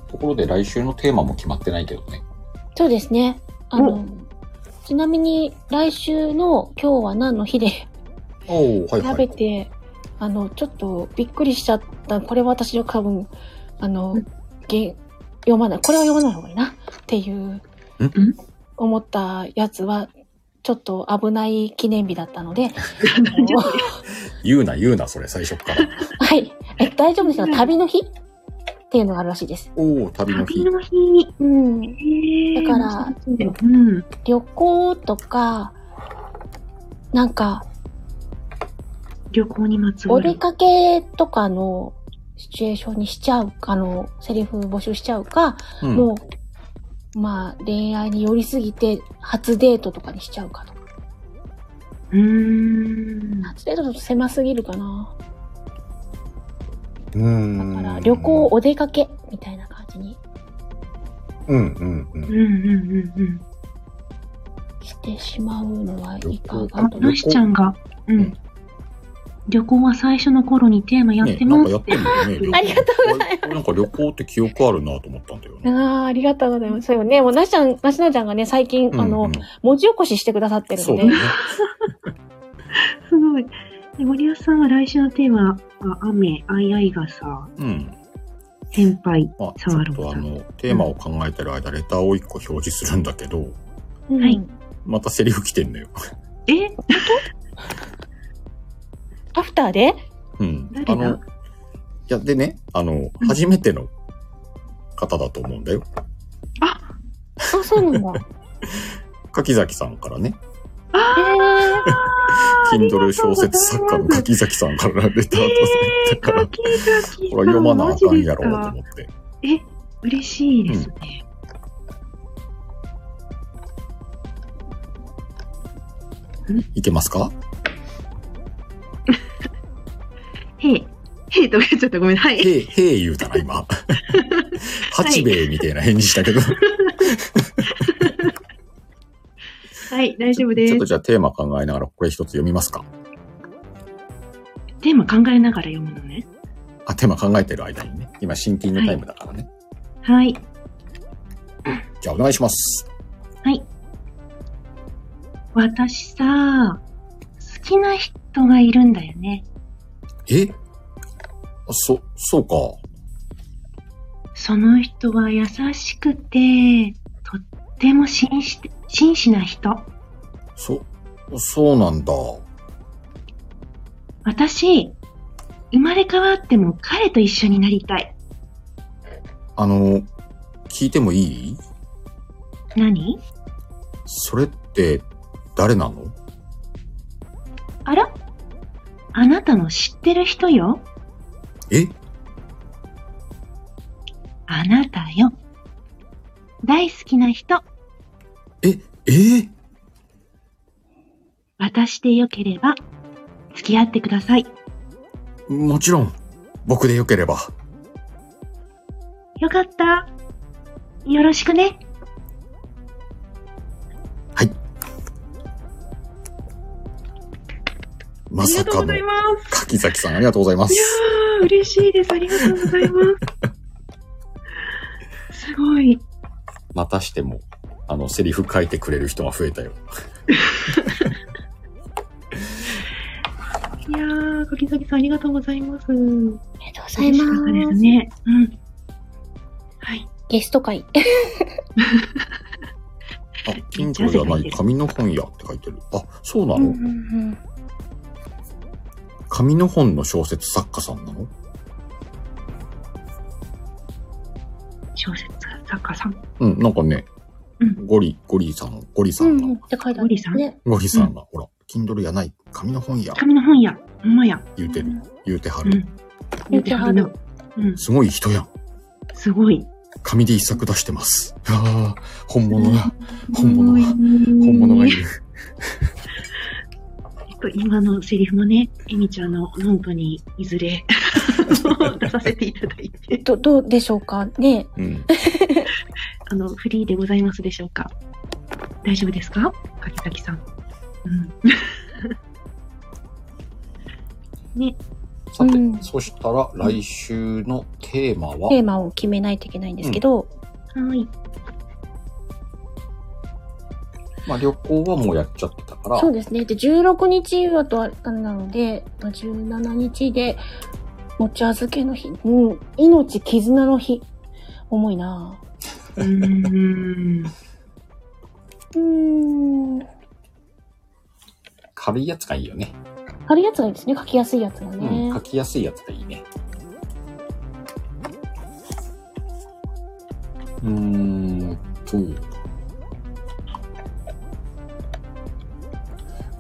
Speaker 1: ところで来週のテーマも決まってないけどね。
Speaker 3: そうですね。あ
Speaker 2: お
Speaker 3: の、ちなみに来週の今日は何の日で
Speaker 1: おおはい
Speaker 3: 食
Speaker 1: は
Speaker 3: べ
Speaker 1: い。
Speaker 3: て、あの、ちょっとびっくりしちゃった。これ私の多分、あの
Speaker 2: うん、
Speaker 3: げ読まない。これは読まない方がいいな。っていう
Speaker 2: うん、
Speaker 3: 思ったやつは、ちょっと危ない記念日だったので、
Speaker 1: 言うな、言うな、それ、最初から。
Speaker 3: はい。え大丈夫ですよ。旅の日っていうのがあるらしいです。
Speaker 1: おお旅の
Speaker 2: 旅
Speaker 1: 日。
Speaker 2: の日。
Speaker 3: うん。
Speaker 2: えー、
Speaker 3: だから
Speaker 2: うん。
Speaker 3: 旅行とか、なんか、
Speaker 2: 旅行にまつわ
Speaker 3: お出
Speaker 2: る。
Speaker 3: かけとかのシチュエーションにしちゃうか、あの、セリフ募集しちゃうか、
Speaker 1: うん
Speaker 3: もう、まあ、恋愛に寄りすぎて、初デートとかにしちゃうかとか。
Speaker 2: うーん。
Speaker 3: 初デートだと狭すぎるかな。
Speaker 1: う
Speaker 3: だ
Speaker 1: ん。
Speaker 3: から、旅行、お出かけ、みたいな感じに
Speaker 1: うんうんう
Speaker 2: うん
Speaker 1: ん。
Speaker 2: うんうんうん。
Speaker 3: してしまうのはいか
Speaker 1: あ
Speaker 2: あ、
Speaker 3: がと。
Speaker 1: 旅
Speaker 2: な
Speaker 1: 行
Speaker 2: しちゃんが、う
Speaker 1: うんん。
Speaker 2: 旅行は最初の頃にテーマやっ
Speaker 1: ね
Speaker 2: て
Speaker 1: なん
Speaker 2: ま
Speaker 1: か
Speaker 2: す。
Speaker 1: やってるよね。旅行
Speaker 3: ありがとうございます
Speaker 1: これなんか旅行って記憶あるなと思ったんだよ
Speaker 3: あ
Speaker 1: ね。
Speaker 3: あ、ありがとうございます。そうよね。もう、なしちゃん、なしなちゃんがね、最近、あ
Speaker 1: う
Speaker 3: の
Speaker 1: ん、
Speaker 3: 文字起こししてくださって
Speaker 1: うん
Speaker 3: る
Speaker 1: そ
Speaker 3: の
Speaker 1: う
Speaker 3: で
Speaker 1: だ、ね。
Speaker 2: すごい。で森保さんは来週のテーマが雨、あいあい傘、
Speaker 1: うん。
Speaker 2: 先輩。
Speaker 1: まあ、ち
Speaker 2: 触
Speaker 1: ょっ
Speaker 2: ろう
Speaker 1: とあの、テーマを考えてる間、レターを一個表示するんだけど、
Speaker 3: うん
Speaker 2: はい
Speaker 1: またセリフ来てんのよ。
Speaker 2: え
Speaker 3: アフターで
Speaker 1: うん。
Speaker 2: 誰だ
Speaker 1: あの、いや、でね、あの、
Speaker 2: うん
Speaker 1: 初めての方だと思うんだよ。
Speaker 3: あ、そう なんだ。
Speaker 1: 柿崎さんからね、
Speaker 3: えー、
Speaker 1: Kindle 小説作家の柿崎さんからレターと
Speaker 2: えー、
Speaker 1: だから
Speaker 2: カ、キカキさん。
Speaker 1: これ読まなあかんやろうと
Speaker 2: マジ
Speaker 1: 思って。
Speaker 2: ですかえ、嬉しいですね。
Speaker 1: いけますか
Speaker 2: へい。へいとか言っちゃった。ごめん。はい。
Speaker 1: へい、へい言うたら 今。八兵衛みたいな返事したけど。
Speaker 2: はい、大丈夫で
Speaker 1: ちょっ
Speaker 2: す
Speaker 1: と。じゃあテーマ考えながらこれ一つ読みますか。
Speaker 2: テーマ考えながら読むのね。
Speaker 1: あ、テーマ考えてる間にね。今、シンキングタイムだからね。
Speaker 2: はい。
Speaker 1: じゃあお願いします。
Speaker 2: 私さ、好きな人がいるんだよね。
Speaker 1: えそ、そうか。
Speaker 2: その人は優しくて、とっても紳士て、紳士な人。
Speaker 1: そ、そうなんだ。
Speaker 2: 私、生まれ変わっても彼と一緒になりたい。
Speaker 1: あの、聞いてもいい
Speaker 2: 何
Speaker 1: それって、誰なの
Speaker 2: あらあなたの知ってる人よ。
Speaker 1: え
Speaker 2: あなたよ。大好きな人。
Speaker 1: え、えー
Speaker 2: 私でよければ、付き合ってください。
Speaker 1: もちろん、僕でよければ。
Speaker 2: よかった。よろしくね。
Speaker 1: まさかの、
Speaker 2: ます。
Speaker 1: 柿崎さんありがとうございま
Speaker 2: いや
Speaker 1: す。
Speaker 2: ー、嬉しいです。ありがとうございます。すごい。
Speaker 1: またしても、あの、セリフ書いてくれる人が増えたよ。
Speaker 2: いやー、柿崎さんありがとうございます。
Speaker 3: ありがとうござい
Speaker 2: 嬉しかったで
Speaker 3: ますす。
Speaker 2: ね。うん。はい。
Speaker 3: ゲスト会。
Speaker 1: あ、ピンクじゃない、紙の本屋って書いてる。あ、そうな
Speaker 3: うん
Speaker 1: の
Speaker 3: うんうん
Speaker 1: 紙の本の小説作家さんなの
Speaker 2: 小説作家さん。
Speaker 1: うん、なんかね
Speaker 2: う、
Speaker 1: ゴリ、ゴリさん、ゴリさ
Speaker 3: うんん
Speaker 1: が、
Speaker 3: うん。って書いてあ
Speaker 2: ゴリさ
Speaker 3: る
Speaker 2: ん
Speaker 3: ね。
Speaker 1: ゴリさんが、ほら、Kindle やない、紙の本や、
Speaker 2: 紙の本や。ほんまや。
Speaker 1: 言うてる、言うては
Speaker 2: う
Speaker 1: る。
Speaker 2: ん。言うてはるな。うん。
Speaker 1: すごい人やん。
Speaker 2: すごい。
Speaker 1: 紙で一作出してます。ああ、本物だ。本物が本
Speaker 2: 本
Speaker 1: 物がいる。
Speaker 2: ちょっと今のセリフもね、えみちゃんのノートにいずれ 出させていただいて、
Speaker 3: ど、どうでしょうかね
Speaker 1: うん。
Speaker 2: あの、フリーでございますでしょうか大丈夫ですか柿崎さん。うん。ね、
Speaker 1: さて、
Speaker 3: うん
Speaker 1: そしたら来週のテーマは、
Speaker 3: テーマを決めないといけないんですけど、
Speaker 2: はい。
Speaker 1: まあ旅行はもうやっちゃってたから、
Speaker 3: そうですね。で、16日はとあれなので、まあ17日で、もち預けの日、うん、命絆の日。重いな
Speaker 2: う
Speaker 3: ぁ
Speaker 2: ーん。
Speaker 3: うーん。
Speaker 1: 軽いやつがいいよね。
Speaker 3: 軽いやつがいいですね。書きやすいやつが
Speaker 1: うん、
Speaker 3: ね
Speaker 1: 書。きやすいやつがいいね。うーんと、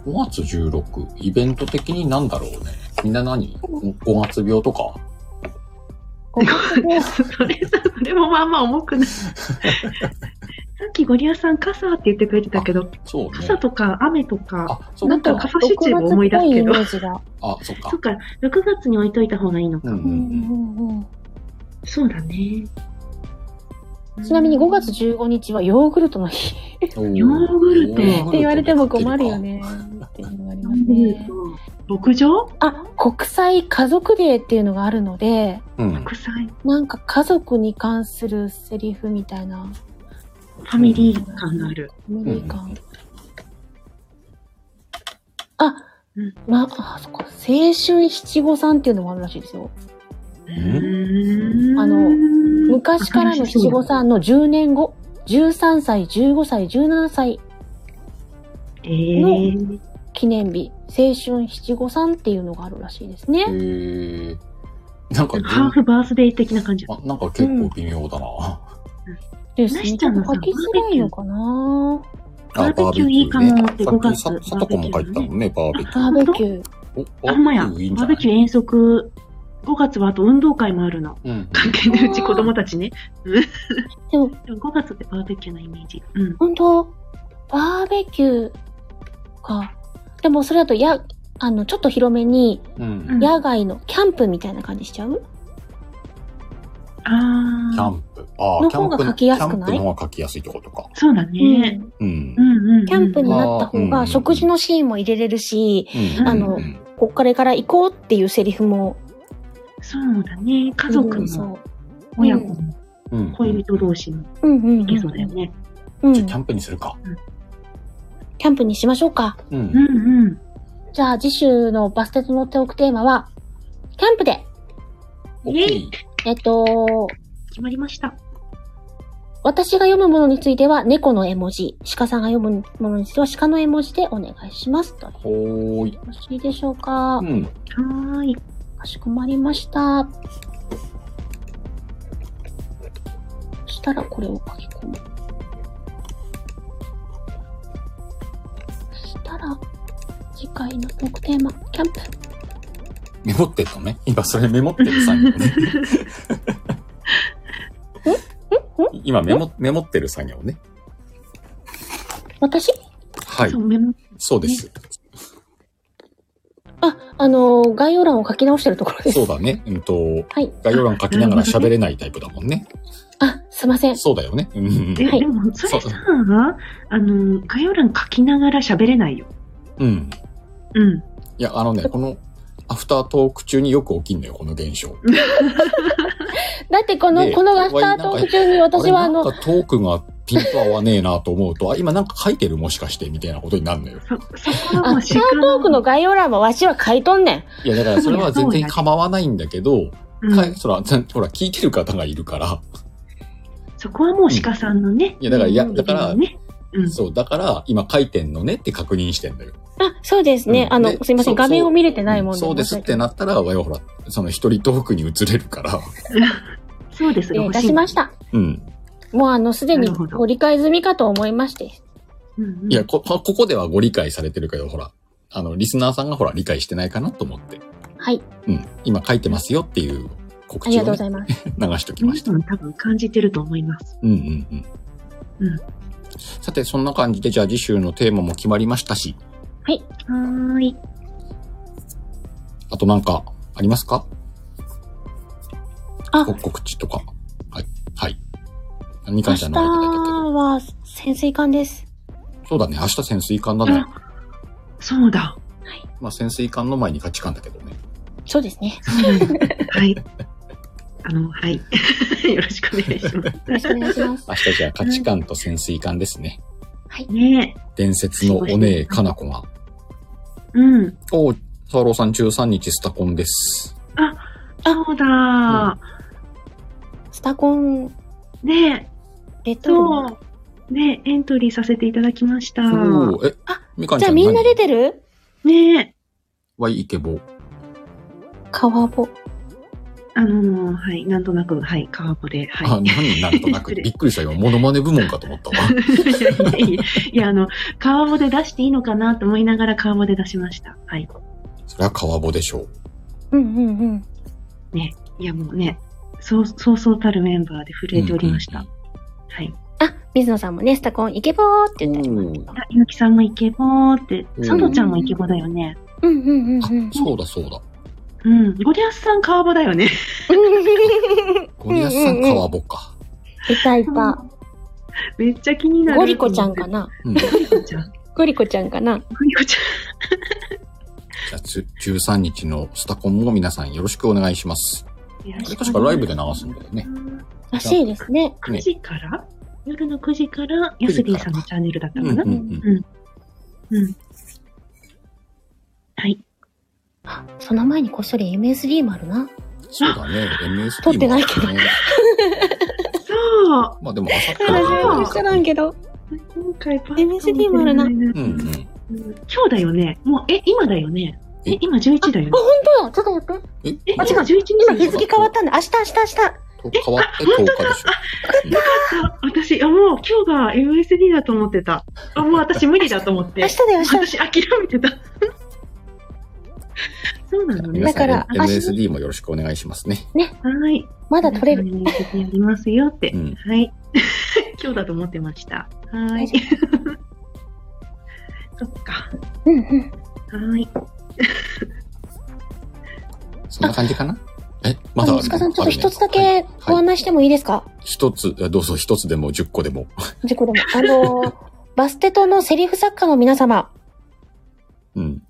Speaker 1: 5月16、イベント的になんだろうね。みんな何 ?5 月病とか
Speaker 3: こう
Speaker 2: それさ、それもまあまあ重くない。 さっきゴリアさん傘って言ってくれてたけど、
Speaker 1: そうね。
Speaker 2: 傘とか雨とか、
Speaker 1: あ、そ
Speaker 2: な
Speaker 1: っ
Speaker 2: んか
Speaker 1: か。
Speaker 2: 傘シチューを思い出すけど
Speaker 3: 6月っぽいイメージが。
Speaker 1: あ、そっか
Speaker 2: そっ。か、6月に置いといた方がいいの
Speaker 1: う
Speaker 2: か。
Speaker 1: んうん
Speaker 3: う
Speaker 1: うん。
Speaker 3: んうんうん
Speaker 2: そうだね。
Speaker 3: ちなみに5月15日はヨーグルトの日っ
Speaker 1: おー
Speaker 2: ヨーグルト
Speaker 1: ヨーグルト
Speaker 3: て言われても困るよね。っていうのがありますね。
Speaker 2: 牧場
Speaker 3: あ、国際家族デーっていうのがあるので、
Speaker 1: うん。
Speaker 2: 国際
Speaker 3: なんか家族に関するセリフみたいな、
Speaker 2: ファミリー感のある。
Speaker 3: 無理感。あ
Speaker 2: うん、
Speaker 3: ま、あ、そっか、青春七五三っていうのもあるらしいですよ。あの昔からの七五
Speaker 2: ん。
Speaker 3: 三の10年後、13歳、15歳、17歳
Speaker 2: えー、
Speaker 3: 記念日、青春七五三っていうのがあるらしいです
Speaker 1: へ
Speaker 3: ね。
Speaker 1: え。なんか、
Speaker 2: ハーフバースデー的な感じ。
Speaker 1: あなんか結構微妙だな。
Speaker 3: です
Speaker 2: なしち
Speaker 3: ね。ち
Speaker 2: ゃ
Speaker 3: ょ
Speaker 2: んの
Speaker 3: っ
Speaker 2: さ
Speaker 3: と書きづらいのかな
Speaker 2: バーベキューいいかもって
Speaker 1: バーベキューね
Speaker 2: 5月
Speaker 1: さっき、さとこも書いてたもんね、バーベキュー。
Speaker 3: バーベキュー。
Speaker 1: お
Speaker 2: あほんまや、バ
Speaker 1: いいんじゃ
Speaker 2: ー
Speaker 1: ない
Speaker 2: ベキュー遠足、5月はあと運動会もあるの。
Speaker 1: うん。
Speaker 2: 関係ないうち子供たちね。
Speaker 3: でも、
Speaker 2: でも5月ってバーベキューのイメージ。うん。
Speaker 3: 本当バーベキューか。でも、それだと、や、あの、ちょっと広めに、
Speaker 1: うん。
Speaker 3: 野外のキャンプみたいな感じしちゃう
Speaker 2: あ
Speaker 1: キャ
Speaker 2: あ、
Speaker 1: ンプ。ああ、
Speaker 3: の
Speaker 1: キャン
Speaker 3: 方
Speaker 1: プ
Speaker 3: が
Speaker 1: の、
Speaker 3: 書
Speaker 1: キ
Speaker 3: き
Speaker 1: ャ
Speaker 3: やすく
Speaker 1: ン
Speaker 3: ない
Speaker 1: プの方が書きやすいってことか。
Speaker 2: そうだ
Speaker 3: う
Speaker 2: ね。
Speaker 3: ん
Speaker 1: うん
Speaker 2: う。んうんうん。
Speaker 3: キャンプに
Speaker 1: あ
Speaker 3: なった方
Speaker 1: うん
Speaker 3: が食事のシーンも入れれるし、
Speaker 1: うん
Speaker 3: あの
Speaker 1: うん
Speaker 3: こっからから行こうっていうセリフも。
Speaker 2: そうだね。家族も、
Speaker 3: そ
Speaker 2: 親子も、
Speaker 1: うん
Speaker 2: 恋人同士も
Speaker 3: う。うんうん、うん。
Speaker 2: いけそうだよね。
Speaker 3: うん。
Speaker 1: じゃ
Speaker 3: キ
Speaker 1: あキャンプにするか。
Speaker 3: ャンプにしましょうか。
Speaker 1: う
Speaker 2: うん
Speaker 1: ん。
Speaker 2: うん。
Speaker 3: じゃあ次週のバステとのトークテーマは、キャンプで、
Speaker 1: オッケー。
Speaker 3: えっと、
Speaker 2: 決まりました。
Speaker 3: 私が読むものについては猫の絵文字、鹿さんが読むものについては鹿の絵文字でお願いします。とよ
Speaker 1: ほーい。
Speaker 3: ろしいでしょうか
Speaker 1: う。ん。
Speaker 2: はーい。
Speaker 3: かしこまりました。そしたらこれを書き込む。そしたら、次回のトークテーマ、キャンプ。
Speaker 1: メモってんのね。今それメモってる作業ね。今メモ、メモってる作業ね。
Speaker 3: 私
Speaker 1: はい
Speaker 2: そ。う、メモ。
Speaker 1: そうです。
Speaker 3: あ、あのー概要欄を書き直してるところです。
Speaker 1: そうだね。うんと、
Speaker 3: はい。
Speaker 1: 概要欄書きながら喋れないタイプだもんね。
Speaker 3: あ、すいません。
Speaker 1: そうだよね。うんうん
Speaker 2: え、
Speaker 3: はい
Speaker 2: でも、それ
Speaker 1: そ
Speaker 2: さ
Speaker 1: う、
Speaker 2: あの、概要欄書きながら喋れないよ。
Speaker 1: うん。
Speaker 2: うん。
Speaker 1: いや、あ のね、この、アフタートーク中によく起きんのよ、この現象。
Speaker 3: だってこの、
Speaker 1: で
Speaker 3: このアフタートーク中に私はあ
Speaker 1: あれ
Speaker 3: の、
Speaker 1: なんかトークがピント合わねえなと思うと、あ、今なんか書いてるもしかして、みたいなことになるのよ。
Speaker 2: そ、そこは
Speaker 3: ア
Speaker 2: もう
Speaker 3: フタートークの概要欄はわしは書いとんねん。
Speaker 1: いや、だからそれは全然構わないんだけど、
Speaker 2: うん
Speaker 1: かいそら、 ぜんほら、聞いてる方がいるから。
Speaker 2: そこはもう鹿さんのね。
Speaker 1: いや、だから、いや、
Speaker 3: うん
Speaker 1: だから、
Speaker 2: ね。うん。
Speaker 1: そう、だから、今書いてんのねって確認してんだよ。
Speaker 3: あ、そうです
Speaker 1: う
Speaker 3: ね。
Speaker 1: ん
Speaker 3: あ
Speaker 1: で
Speaker 3: の、すいませ。
Speaker 1: そうん
Speaker 3: 画面を見れてないもん
Speaker 1: そうですってなったら、わよほら、その一人トークに移れるから。
Speaker 2: そうです
Speaker 3: え
Speaker 2: ね。
Speaker 3: ー
Speaker 2: 欲
Speaker 3: 出
Speaker 2: しい
Speaker 3: しました。
Speaker 1: うん。
Speaker 3: もうあの、すでに
Speaker 2: なるほど
Speaker 3: ご理解済みかと思いまして。
Speaker 2: うんうん
Speaker 1: いや、こ、 ここではご理解されてるけど、ほら、あの、リスナーさんがほら、理解してないかなと思って。
Speaker 3: はい。
Speaker 1: うん。今書いてますよっていう告
Speaker 3: あり
Speaker 1: 知
Speaker 3: が
Speaker 1: を
Speaker 3: とう
Speaker 1: ね、
Speaker 3: ございます。
Speaker 1: 流しときま
Speaker 2: 皆
Speaker 1: し
Speaker 2: さ
Speaker 1: た。
Speaker 2: ん多分感じてると思います。
Speaker 1: うんうんうん。
Speaker 2: うん
Speaker 1: さて、そんな感じで、じゃあ次週のテーマも決まりましたし、
Speaker 2: はーい。
Speaker 1: あとなんか、ありますか
Speaker 3: あ
Speaker 1: こ告知とか。はい。はい。何
Speaker 3: 明
Speaker 1: かし
Speaker 3: 日
Speaker 1: らのあれだけど
Speaker 3: は潜水艦です。
Speaker 1: そうだね、明日潜水艦だね。
Speaker 2: あ、そうだ。
Speaker 1: まあ、潜水艦の前に価値観だけどね。
Speaker 3: そうですね。
Speaker 2: そうなんだはい。 あの、はい。 よろしくお願いしま
Speaker 3: よろし くお願いします。
Speaker 1: 明日じゃあ価値観と潜水艦ですね。
Speaker 2: す。ね
Speaker 1: 伝説のお姉、かなこが。
Speaker 2: え。うん。
Speaker 1: おう、沢朗さん13日スタコンです。
Speaker 2: そうだ。
Speaker 3: スタコン、
Speaker 2: ね
Speaker 3: レッ
Speaker 2: え、
Speaker 3: ド
Speaker 2: そ
Speaker 3: ル。
Speaker 2: う。ねえ、エントリーさせていただきました。
Speaker 1: おーえ
Speaker 3: あ、
Speaker 1: みかん
Speaker 3: じ
Speaker 1: ちゃ
Speaker 3: ゃあ
Speaker 1: ん
Speaker 3: みんな出
Speaker 1: 何
Speaker 3: てる
Speaker 2: ねえ、
Speaker 1: わいイケボ。
Speaker 3: 川ボ。
Speaker 2: あのーはい、なんとなく、はい、川穂で、はい。
Speaker 1: あ、何なんとな く。
Speaker 2: 失礼
Speaker 1: びっくりしたよ。モノマネ部門かと思ったわ。
Speaker 2: いやいやいやいや、あの、川穂で出していいのかなと思いながら川穂で出しました。はい。
Speaker 1: そりゃ川ボでしょう。
Speaker 3: うんうんうん。
Speaker 2: いや、もうね、そう、そうそうたるメンバーで震えておりました。
Speaker 1: うん
Speaker 2: はい。
Speaker 3: あ、水野さんもね、スタコンいけぼーって言ってありました。
Speaker 2: あゆきさんもイケボーって、
Speaker 1: うん
Speaker 2: 佐藤ちゃんもイケボだよね。
Speaker 3: うんうんうんうん
Speaker 1: あ、。そうだそうだ。
Speaker 2: うん。ゴリアスさん川場だよね。
Speaker 1: ゴリアスさん川ボか。
Speaker 3: いたいた。
Speaker 2: めっちゃ気になる。
Speaker 3: ゴリコちゃんか。な
Speaker 1: うん。じゃ
Speaker 2: ゴリコちゃん。
Speaker 3: ゴリコちゃんかな
Speaker 2: ゴリコち
Speaker 1: あ、つ13日のスタコンも皆さんよろしくお願いします。
Speaker 2: ゃん。よろ
Speaker 1: あ
Speaker 2: し
Speaker 1: れ
Speaker 2: く
Speaker 1: 確かライブで流すんだよね。
Speaker 3: らしいですね。
Speaker 2: 9時から夜の9時から、ヤスビーさんのチャンネルだった
Speaker 1: うん
Speaker 2: かな
Speaker 1: うんうん。
Speaker 2: うん。はい。
Speaker 3: あその前にこっそり MSD もあるな。
Speaker 1: そうだね。MST も。
Speaker 3: 撮ってないけど
Speaker 1: ね
Speaker 2: そう
Speaker 1: まあでも朝か
Speaker 3: 知
Speaker 1: ら
Speaker 3: らんけど。
Speaker 2: 今回パ
Speaker 3: MSD もあるな
Speaker 2: うん
Speaker 1: うんうん。
Speaker 2: 今日だよね。もう、え、今だよね。え
Speaker 1: え、
Speaker 2: 今11だよね
Speaker 3: あ、。本当だちょっとやって。
Speaker 2: え、
Speaker 3: あ
Speaker 2: 今
Speaker 3: 違う
Speaker 2: 11日
Speaker 3: 今
Speaker 2: だ
Speaker 3: 日
Speaker 2: よ。
Speaker 3: 付変わったんで、明日、明日、明日。
Speaker 1: と変わって10日でし
Speaker 2: あ私、あ、もう今日が MSD だと思ってた。あ、もう私無理だと思って。
Speaker 3: 明日だよ、明日。
Speaker 2: 私諦めてた。そうな
Speaker 1: ょ。
Speaker 2: のね。
Speaker 1: 皆
Speaker 2: は
Speaker 1: さん、
Speaker 3: だから
Speaker 1: MSD もよろしくお願いしますね。
Speaker 2: い。
Speaker 3: まだ取れる。
Speaker 2: る。やりますよって。
Speaker 1: うん
Speaker 2: はい。 今日だと思ってました。はい。 そっか。
Speaker 3: うんうん。
Speaker 2: はい。
Speaker 1: そんな感じかなえ、まだある
Speaker 3: あの、塚さん、ちょっと一つだ
Speaker 1: あるね
Speaker 3: けご案内してもいいですか
Speaker 1: 一つ、あどうぞ一つでも10個でも。
Speaker 3: 事故でも。あのー、バステトのセリフ作家の皆様、
Speaker 1: うん。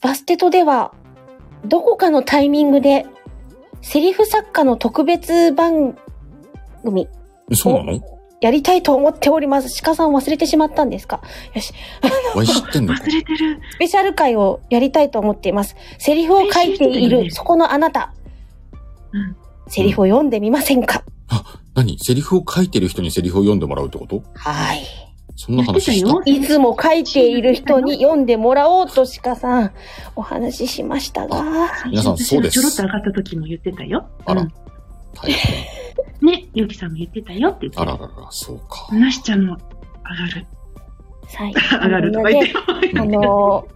Speaker 3: バステトでは、どこかのタイミングで、セリフ作家の特別番組、
Speaker 1: えそうなの
Speaker 3: やりたいと思っております。鹿さん忘れてしまったんですかよし。
Speaker 1: わい知ってんのか
Speaker 2: 忘れてる。
Speaker 3: スペシャル会をやりたいと思っています。セリフを書いている、そこのあなた
Speaker 2: うん。
Speaker 3: セリフを読んでみませんか、
Speaker 1: 何セリフを書いてる人にセリフを読んでもらうってこと
Speaker 3: はい。
Speaker 1: そんな話した
Speaker 2: やってたよ
Speaker 3: いつも書いている人に読んでもらおうと鹿さん、お話ししましたが、
Speaker 1: 皆さんそうです
Speaker 2: 私がちょろっと上がった時も言ってたよ。
Speaker 1: あら
Speaker 2: うん
Speaker 1: 大変。
Speaker 2: ね、ゆきさんも言ってたよって言って
Speaker 1: あ
Speaker 2: た
Speaker 1: ららら、そうか。
Speaker 2: なしちゃんも上がる。
Speaker 3: 最
Speaker 2: 上がるとか言ってよ。
Speaker 3: あの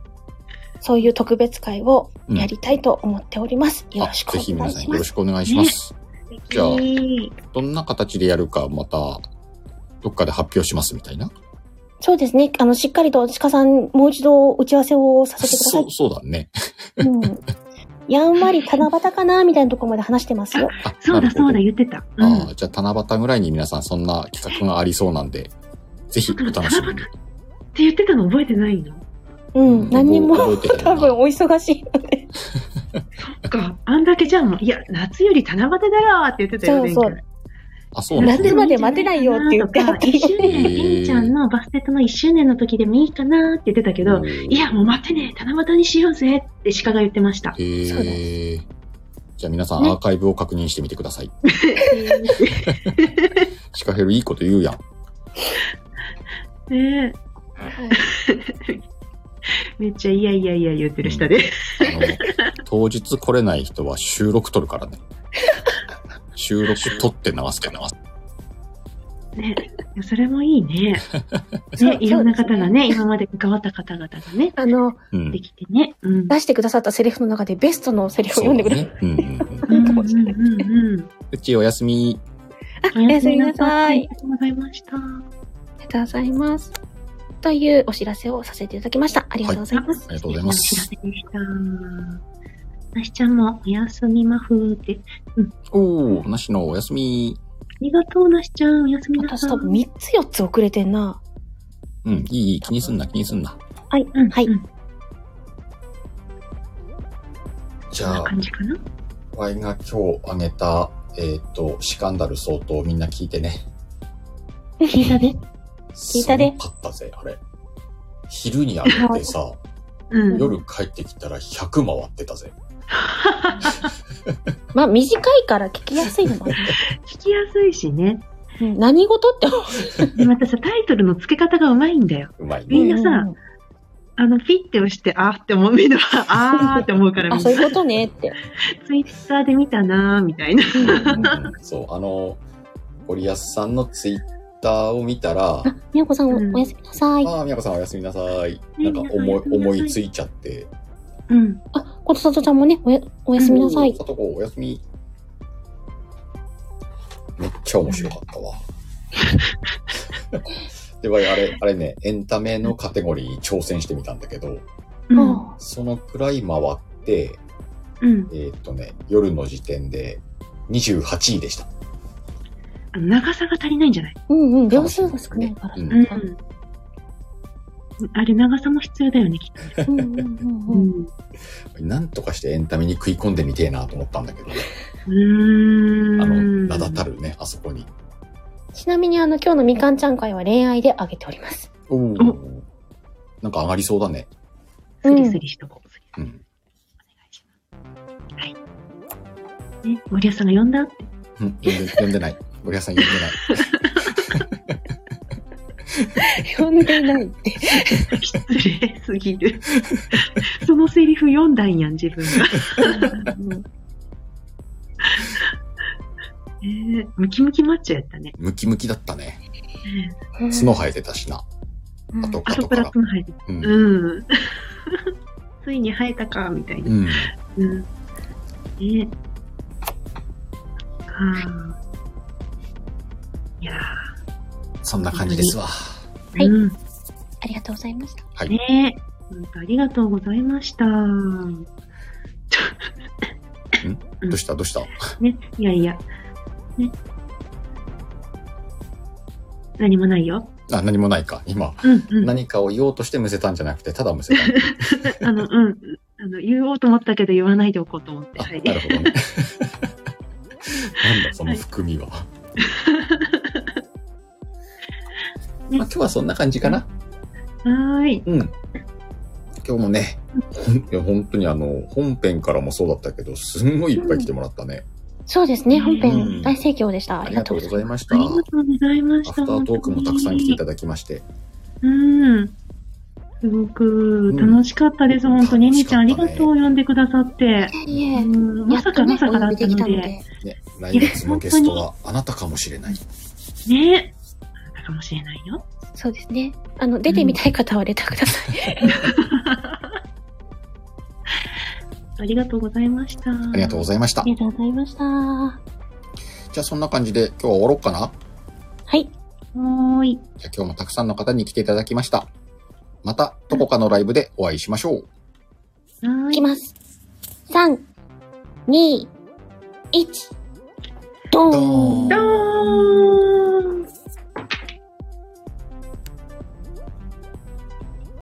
Speaker 3: そういう特別会を
Speaker 1: うん
Speaker 3: やりたいと思思っております。よ
Speaker 1: あ
Speaker 3: ろし、く
Speaker 1: ぜ
Speaker 3: お
Speaker 1: ひ皆
Speaker 3: 願い
Speaker 1: さん
Speaker 3: し
Speaker 1: よ
Speaker 3: ま
Speaker 1: ろ
Speaker 3: す。
Speaker 1: しくお願いします。じゃあ
Speaker 2: いい
Speaker 1: どんな形でやるか、また、どっかで発表しますみたいな。
Speaker 3: そうですね。あの、しっかりと鹿さん、もう一度打ち合わせをさせてくださ
Speaker 1: そ、。
Speaker 3: いう
Speaker 1: そうだね。
Speaker 3: うん。やんわり七夕かなみたいなところまで話してますよ。
Speaker 1: あ
Speaker 2: そうだそうだ
Speaker 1: なる
Speaker 2: 言ってた。
Speaker 1: ほ
Speaker 2: う
Speaker 1: ど
Speaker 2: ん。
Speaker 1: あーじゃあ、七夕ぐらいに皆さんそんな企画がありそうなんで、ぜひお楽しみに。
Speaker 2: って言ってたの覚えてないの
Speaker 3: うん。何にも、
Speaker 1: 覚えてる
Speaker 3: 多分
Speaker 1: な
Speaker 3: お忙しい。
Speaker 2: そっか。あんだけじゃあもう、いや、夏より七夕だろーって言ってたよね。
Speaker 3: そうそう
Speaker 2: 前回
Speaker 1: あ、そうなんだ
Speaker 3: 夏。まで待てないよって言って
Speaker 2: 夏でもいいんじゃない
Speaker 1: へー
Speaker 2: かなとか一周年、りんちゃんのバステットの1周年の時でもいいかなって言ってたけど、いや、もう待ってね、七夕にしようぜって鹿が言ってました。
Speaker 1: へー
Speaker 3: そう
Speaker 1: じゃあ皆さん
Speaker 2: ね
Speaker 1: アーカイブを確認してみてください。シカヘルいいこと言うやん。
Speaker 2: ねえめっちゃいやいやいや言ってる下で。
Speaker 1: あ の、当日来れない人は収録撮るからね。収録撮って流すけどな。
Speaker 2: ねいやそれもいい ね。
Speaker 3: そう
Speaker 2: ねいろんな方がね、今まで関わった方々がね、
Speaker 3: あの、
Speaker 1: うん
Speaker 2: で。きてね。うん。
Speaker 3: 出してくださったセリフの中でベストのセリフを読んでください。
Speaker 1: そうだね。うんうんうん。
Speaker 2: うんうんうんうん。
Speaker 1: うちお休み。
Speaker 3: あ、おやすみなさ
Speaker 2: あ。
Speaker 3: い
Speaker 2: りがとうございました。
Speaker 3: ありがとうございます。というお知らせをさせていただきました。ありがとうございます。
Speaker 1: ありがとうございます
Speaker 2: お知らせでした。なしちゃんもおやすみまふーって。
Speaker 1: おー、なしのお休み。
Speaker 2: ありがとう、なしちゃん。おやすみな
Speaker 3: 私
Speaker 2: さい。
Speaker 3: 多分3つ4つ遅れてんな。
Speaker 1: うん、いい、いい、気にすんな、気にすんな。
Speaker 3: はい、
Speaker 2: うん、
Speaker 3: はい
Speaker 2: うん。こ
Speaker 1: じ
Speaker 2: んな感じかな。
Speaker 1: ワイが今日あげた、えっ、と、シカンダル相当みんな聞いてね。
Speaker 2: 聞いたで。
Speaker 1: 聞
Speaker 3: いたです
Speaker 1: ごかったぜ、あれ。昼にあげて さ、
Speaker 2: うん。
Speaker 1: 夜帰ってきたら100回ってたぜ。
Speaker 3: まあ短いから聞きやすいのもある、
Speaker 2: 聞きやすいしね。
Speaker 3: うん何事って
Speaker 2: でまたさ、タイトルの付け方がうまいんだよ。
Speaker 1: うまいね。
Speaker 2: みんなさ、あの、ピッて押して、あーって思う。みんなは、あーって思うか
Speaker 3: うん
Speaker 2: ら、
Speaker 3: あ、
Speaker 2: みんな
Speaker 3: そういうこと ねって。
Speaker 2: ツイッターで見たなーみたいな。
Speaker 1: うんそう、あの、ゴリアスさんのツイッターを見たら、
Speaker 3: あ、みやこさんお,、
Speaker 2: うん
Speaker 3: やすみなさい。
Speaker 1: ああ、みやこさんおやすみなさい。な
Speaker 2: ね
Speaker 1: んか思
Speaker 2: みや
Speaker 1: い
Speaker 2: こ、さんおやすみなさい
Speaker 1: 思いついちゃって。
Speaker 2: うん。
Speaker 3: あ、ことさとちゃんもね、おやおやすみなさい。
Speaker 1: さとこおやすみ。めっちゃ面白か ったわ。で、わいあれ、あれね、エンタメのカテゴリーに挑戦してみたんだけど、
Speaker 2: うん。
Speaker 3: あ
Speaker 1: そのくらい回って、
Speaker 2: うん。
Speaker 1: えーっとね、夜の時点で28位でした。
Speaker 2: あの長さが足りないんじゃない
Speaker 3: うんうん、秒数が少ないから。
Speaker 1: う
Speaker 3: うんん
Speaker 2: うん。あれ、長さも必要だよね、きっと。
Speaker 3: うんうんうんうん。
Speaker 1: なんとかしてエンタメに食い込んでみてえなと思ったんだけど、
Speaker 2: うーん。
Speaker 1: あの、名だたるね、あそこに。
Speaker 3: ちなみにあの、今日のみかんちゃん会は恋愛であげてお ります。
Speaker 1: おお。なんか上がりそうだね。
Speaker 2: スリスリしとこう。スリス
Speaker 1: う
Speaker 2: リ
Speaker 1: ん。
Speaker 2: お願いします。はい。ね、森谷さんが呼んだって。
Speaker 1: うん、読んで、読んでない。ゴリアスさん読んでない。
Speaker 3: 読んでないって。
Speaker 2: 失礼すぎる。 そのセリフ読んだんやん、自分が。
Speaker 3: うん
Speaker 2: えー、ムキムキマッチョやったね。
Speaker 1: ムキムキだったね。
Speaker 3: うん
Speaker 1: 角生えてたしな。あと、
Speaker 2: あ
Speaker 1: あ
Speaker 2: そ
Speaker 1: と
Speaker 2: こ
Speaker 1: か
Speaker 2: か
Speaker 1: らら。
Speaker 2: 角生えてた。
Speaker 1: うん。
Speaker 2: うん。 ついに生えたか、みたいな
Speaker 1: う。ん。
Speaker 2: うん。ね。はあ。いや
Speaker 1: そんな感じですわ。
Speaker 2: ー
Speaker 3: はい
Speaker 2: うん。
Speaker 3: ありがとうございました。
Speaker 1: はい。
Speaker 2: ね本当ありがとうございました。ち
Speaker 1: どうしたどうした
Speaker 2: ょね、いやいや。ね。何もないよ。
Speaker 1: あ、何もないか。今、
Speaker 2: うんうん。
Speaker 1: 何かを言おうとしてむせたんじゃなくて、ただむせた。
Speaker 2: あの、うん。あの、言おうと思ったけど言わないでおこうと思って。
Speaker 1: あ、
Speaker 2: はい。
Speaker 1: なるほどね。なん だ、その含みは。
Speaker 2: ね
Speaker 1: まあ、今日はそんな感じかな。
Speaker 2: はーい。
Speaker 1: うん。今日もね、ほ んいや本当にあの、本編からもそうだったけど、すんごいいっぱい来てもらったね。
Speaker 3: そうですね。本
Speaker 1: うん
Speaker 3: 編大盛況でした。
Speaker 1: あ
Speaker 3: あ
Speaker 1: り
Speaker 3: り
Speaker 1: が
Speaker 3: が
Speaker 1: とう
Speaker 3: と
Speaker 1: ご
Speaker 3: うご
Speaker 1: ざい
Speaker 3: ざい
Speaker 1: ました。
Speaker 2: ありがとうございま
Speaker 1: ア
Speaker 2: し
Speaker 1: フ
Speaker 2: た。
Speaker 1: タートークもたくさん来ていた
Speaker 2: だ
Speaker 1: だきまして。
Speaker 2: うん。すごく楽しかったです、
Speaker 1: うん
Speaker 2: 本当に。えみちゃん、あ
Speaker 1: 楽
Speaker 2: り
Speaker 1: しかったね
Speaker 2: がとう、読んでくださって。
Speaker 3: ます。いえいえ
Speaker 2: う。んま
Speaker 3: やっ
Speaker 2: さ
Speaker 3: と
Speaker 2: か
Speaker 3: ね、
Speaker 2: まさか
Speaker 3: お
Speaker 2: だ
Speaker 3: 呼
Speaker 2: った
Speaker 3: びでき
Speaker 2: の
Speaker 3: たの
Speaker 2: で。
Speaker 3: で。
Speaker 1: ね、来月のゲストはあなたかもしれない。
Speaker 2: ねえ。かもしれないよ。
Speaker 3: そうですね。あの、出てみたい方はレターください。
Speaker 2: ありがとうございました。
Speaker 1: ありがとうございました
Speaker 3: あ。りがとうございました。は
Speaker 1: じゃあそんな感じで今日は終わろうかな。
Speaker 3: い。
Speaker 2: はーい。
Speaker 1: じゃあ今日もたくさんの方に来ていただきました。またどこかのライブでお会いしましょう。
Speaker 2: はー
Speaker 3: い
Speaker 2: い
Speaker 3: き。ます。3、2、1、
Speaker 1: ド
Speaker 3: ドーン
Speaker 1: ーン
Speaker 2: どーん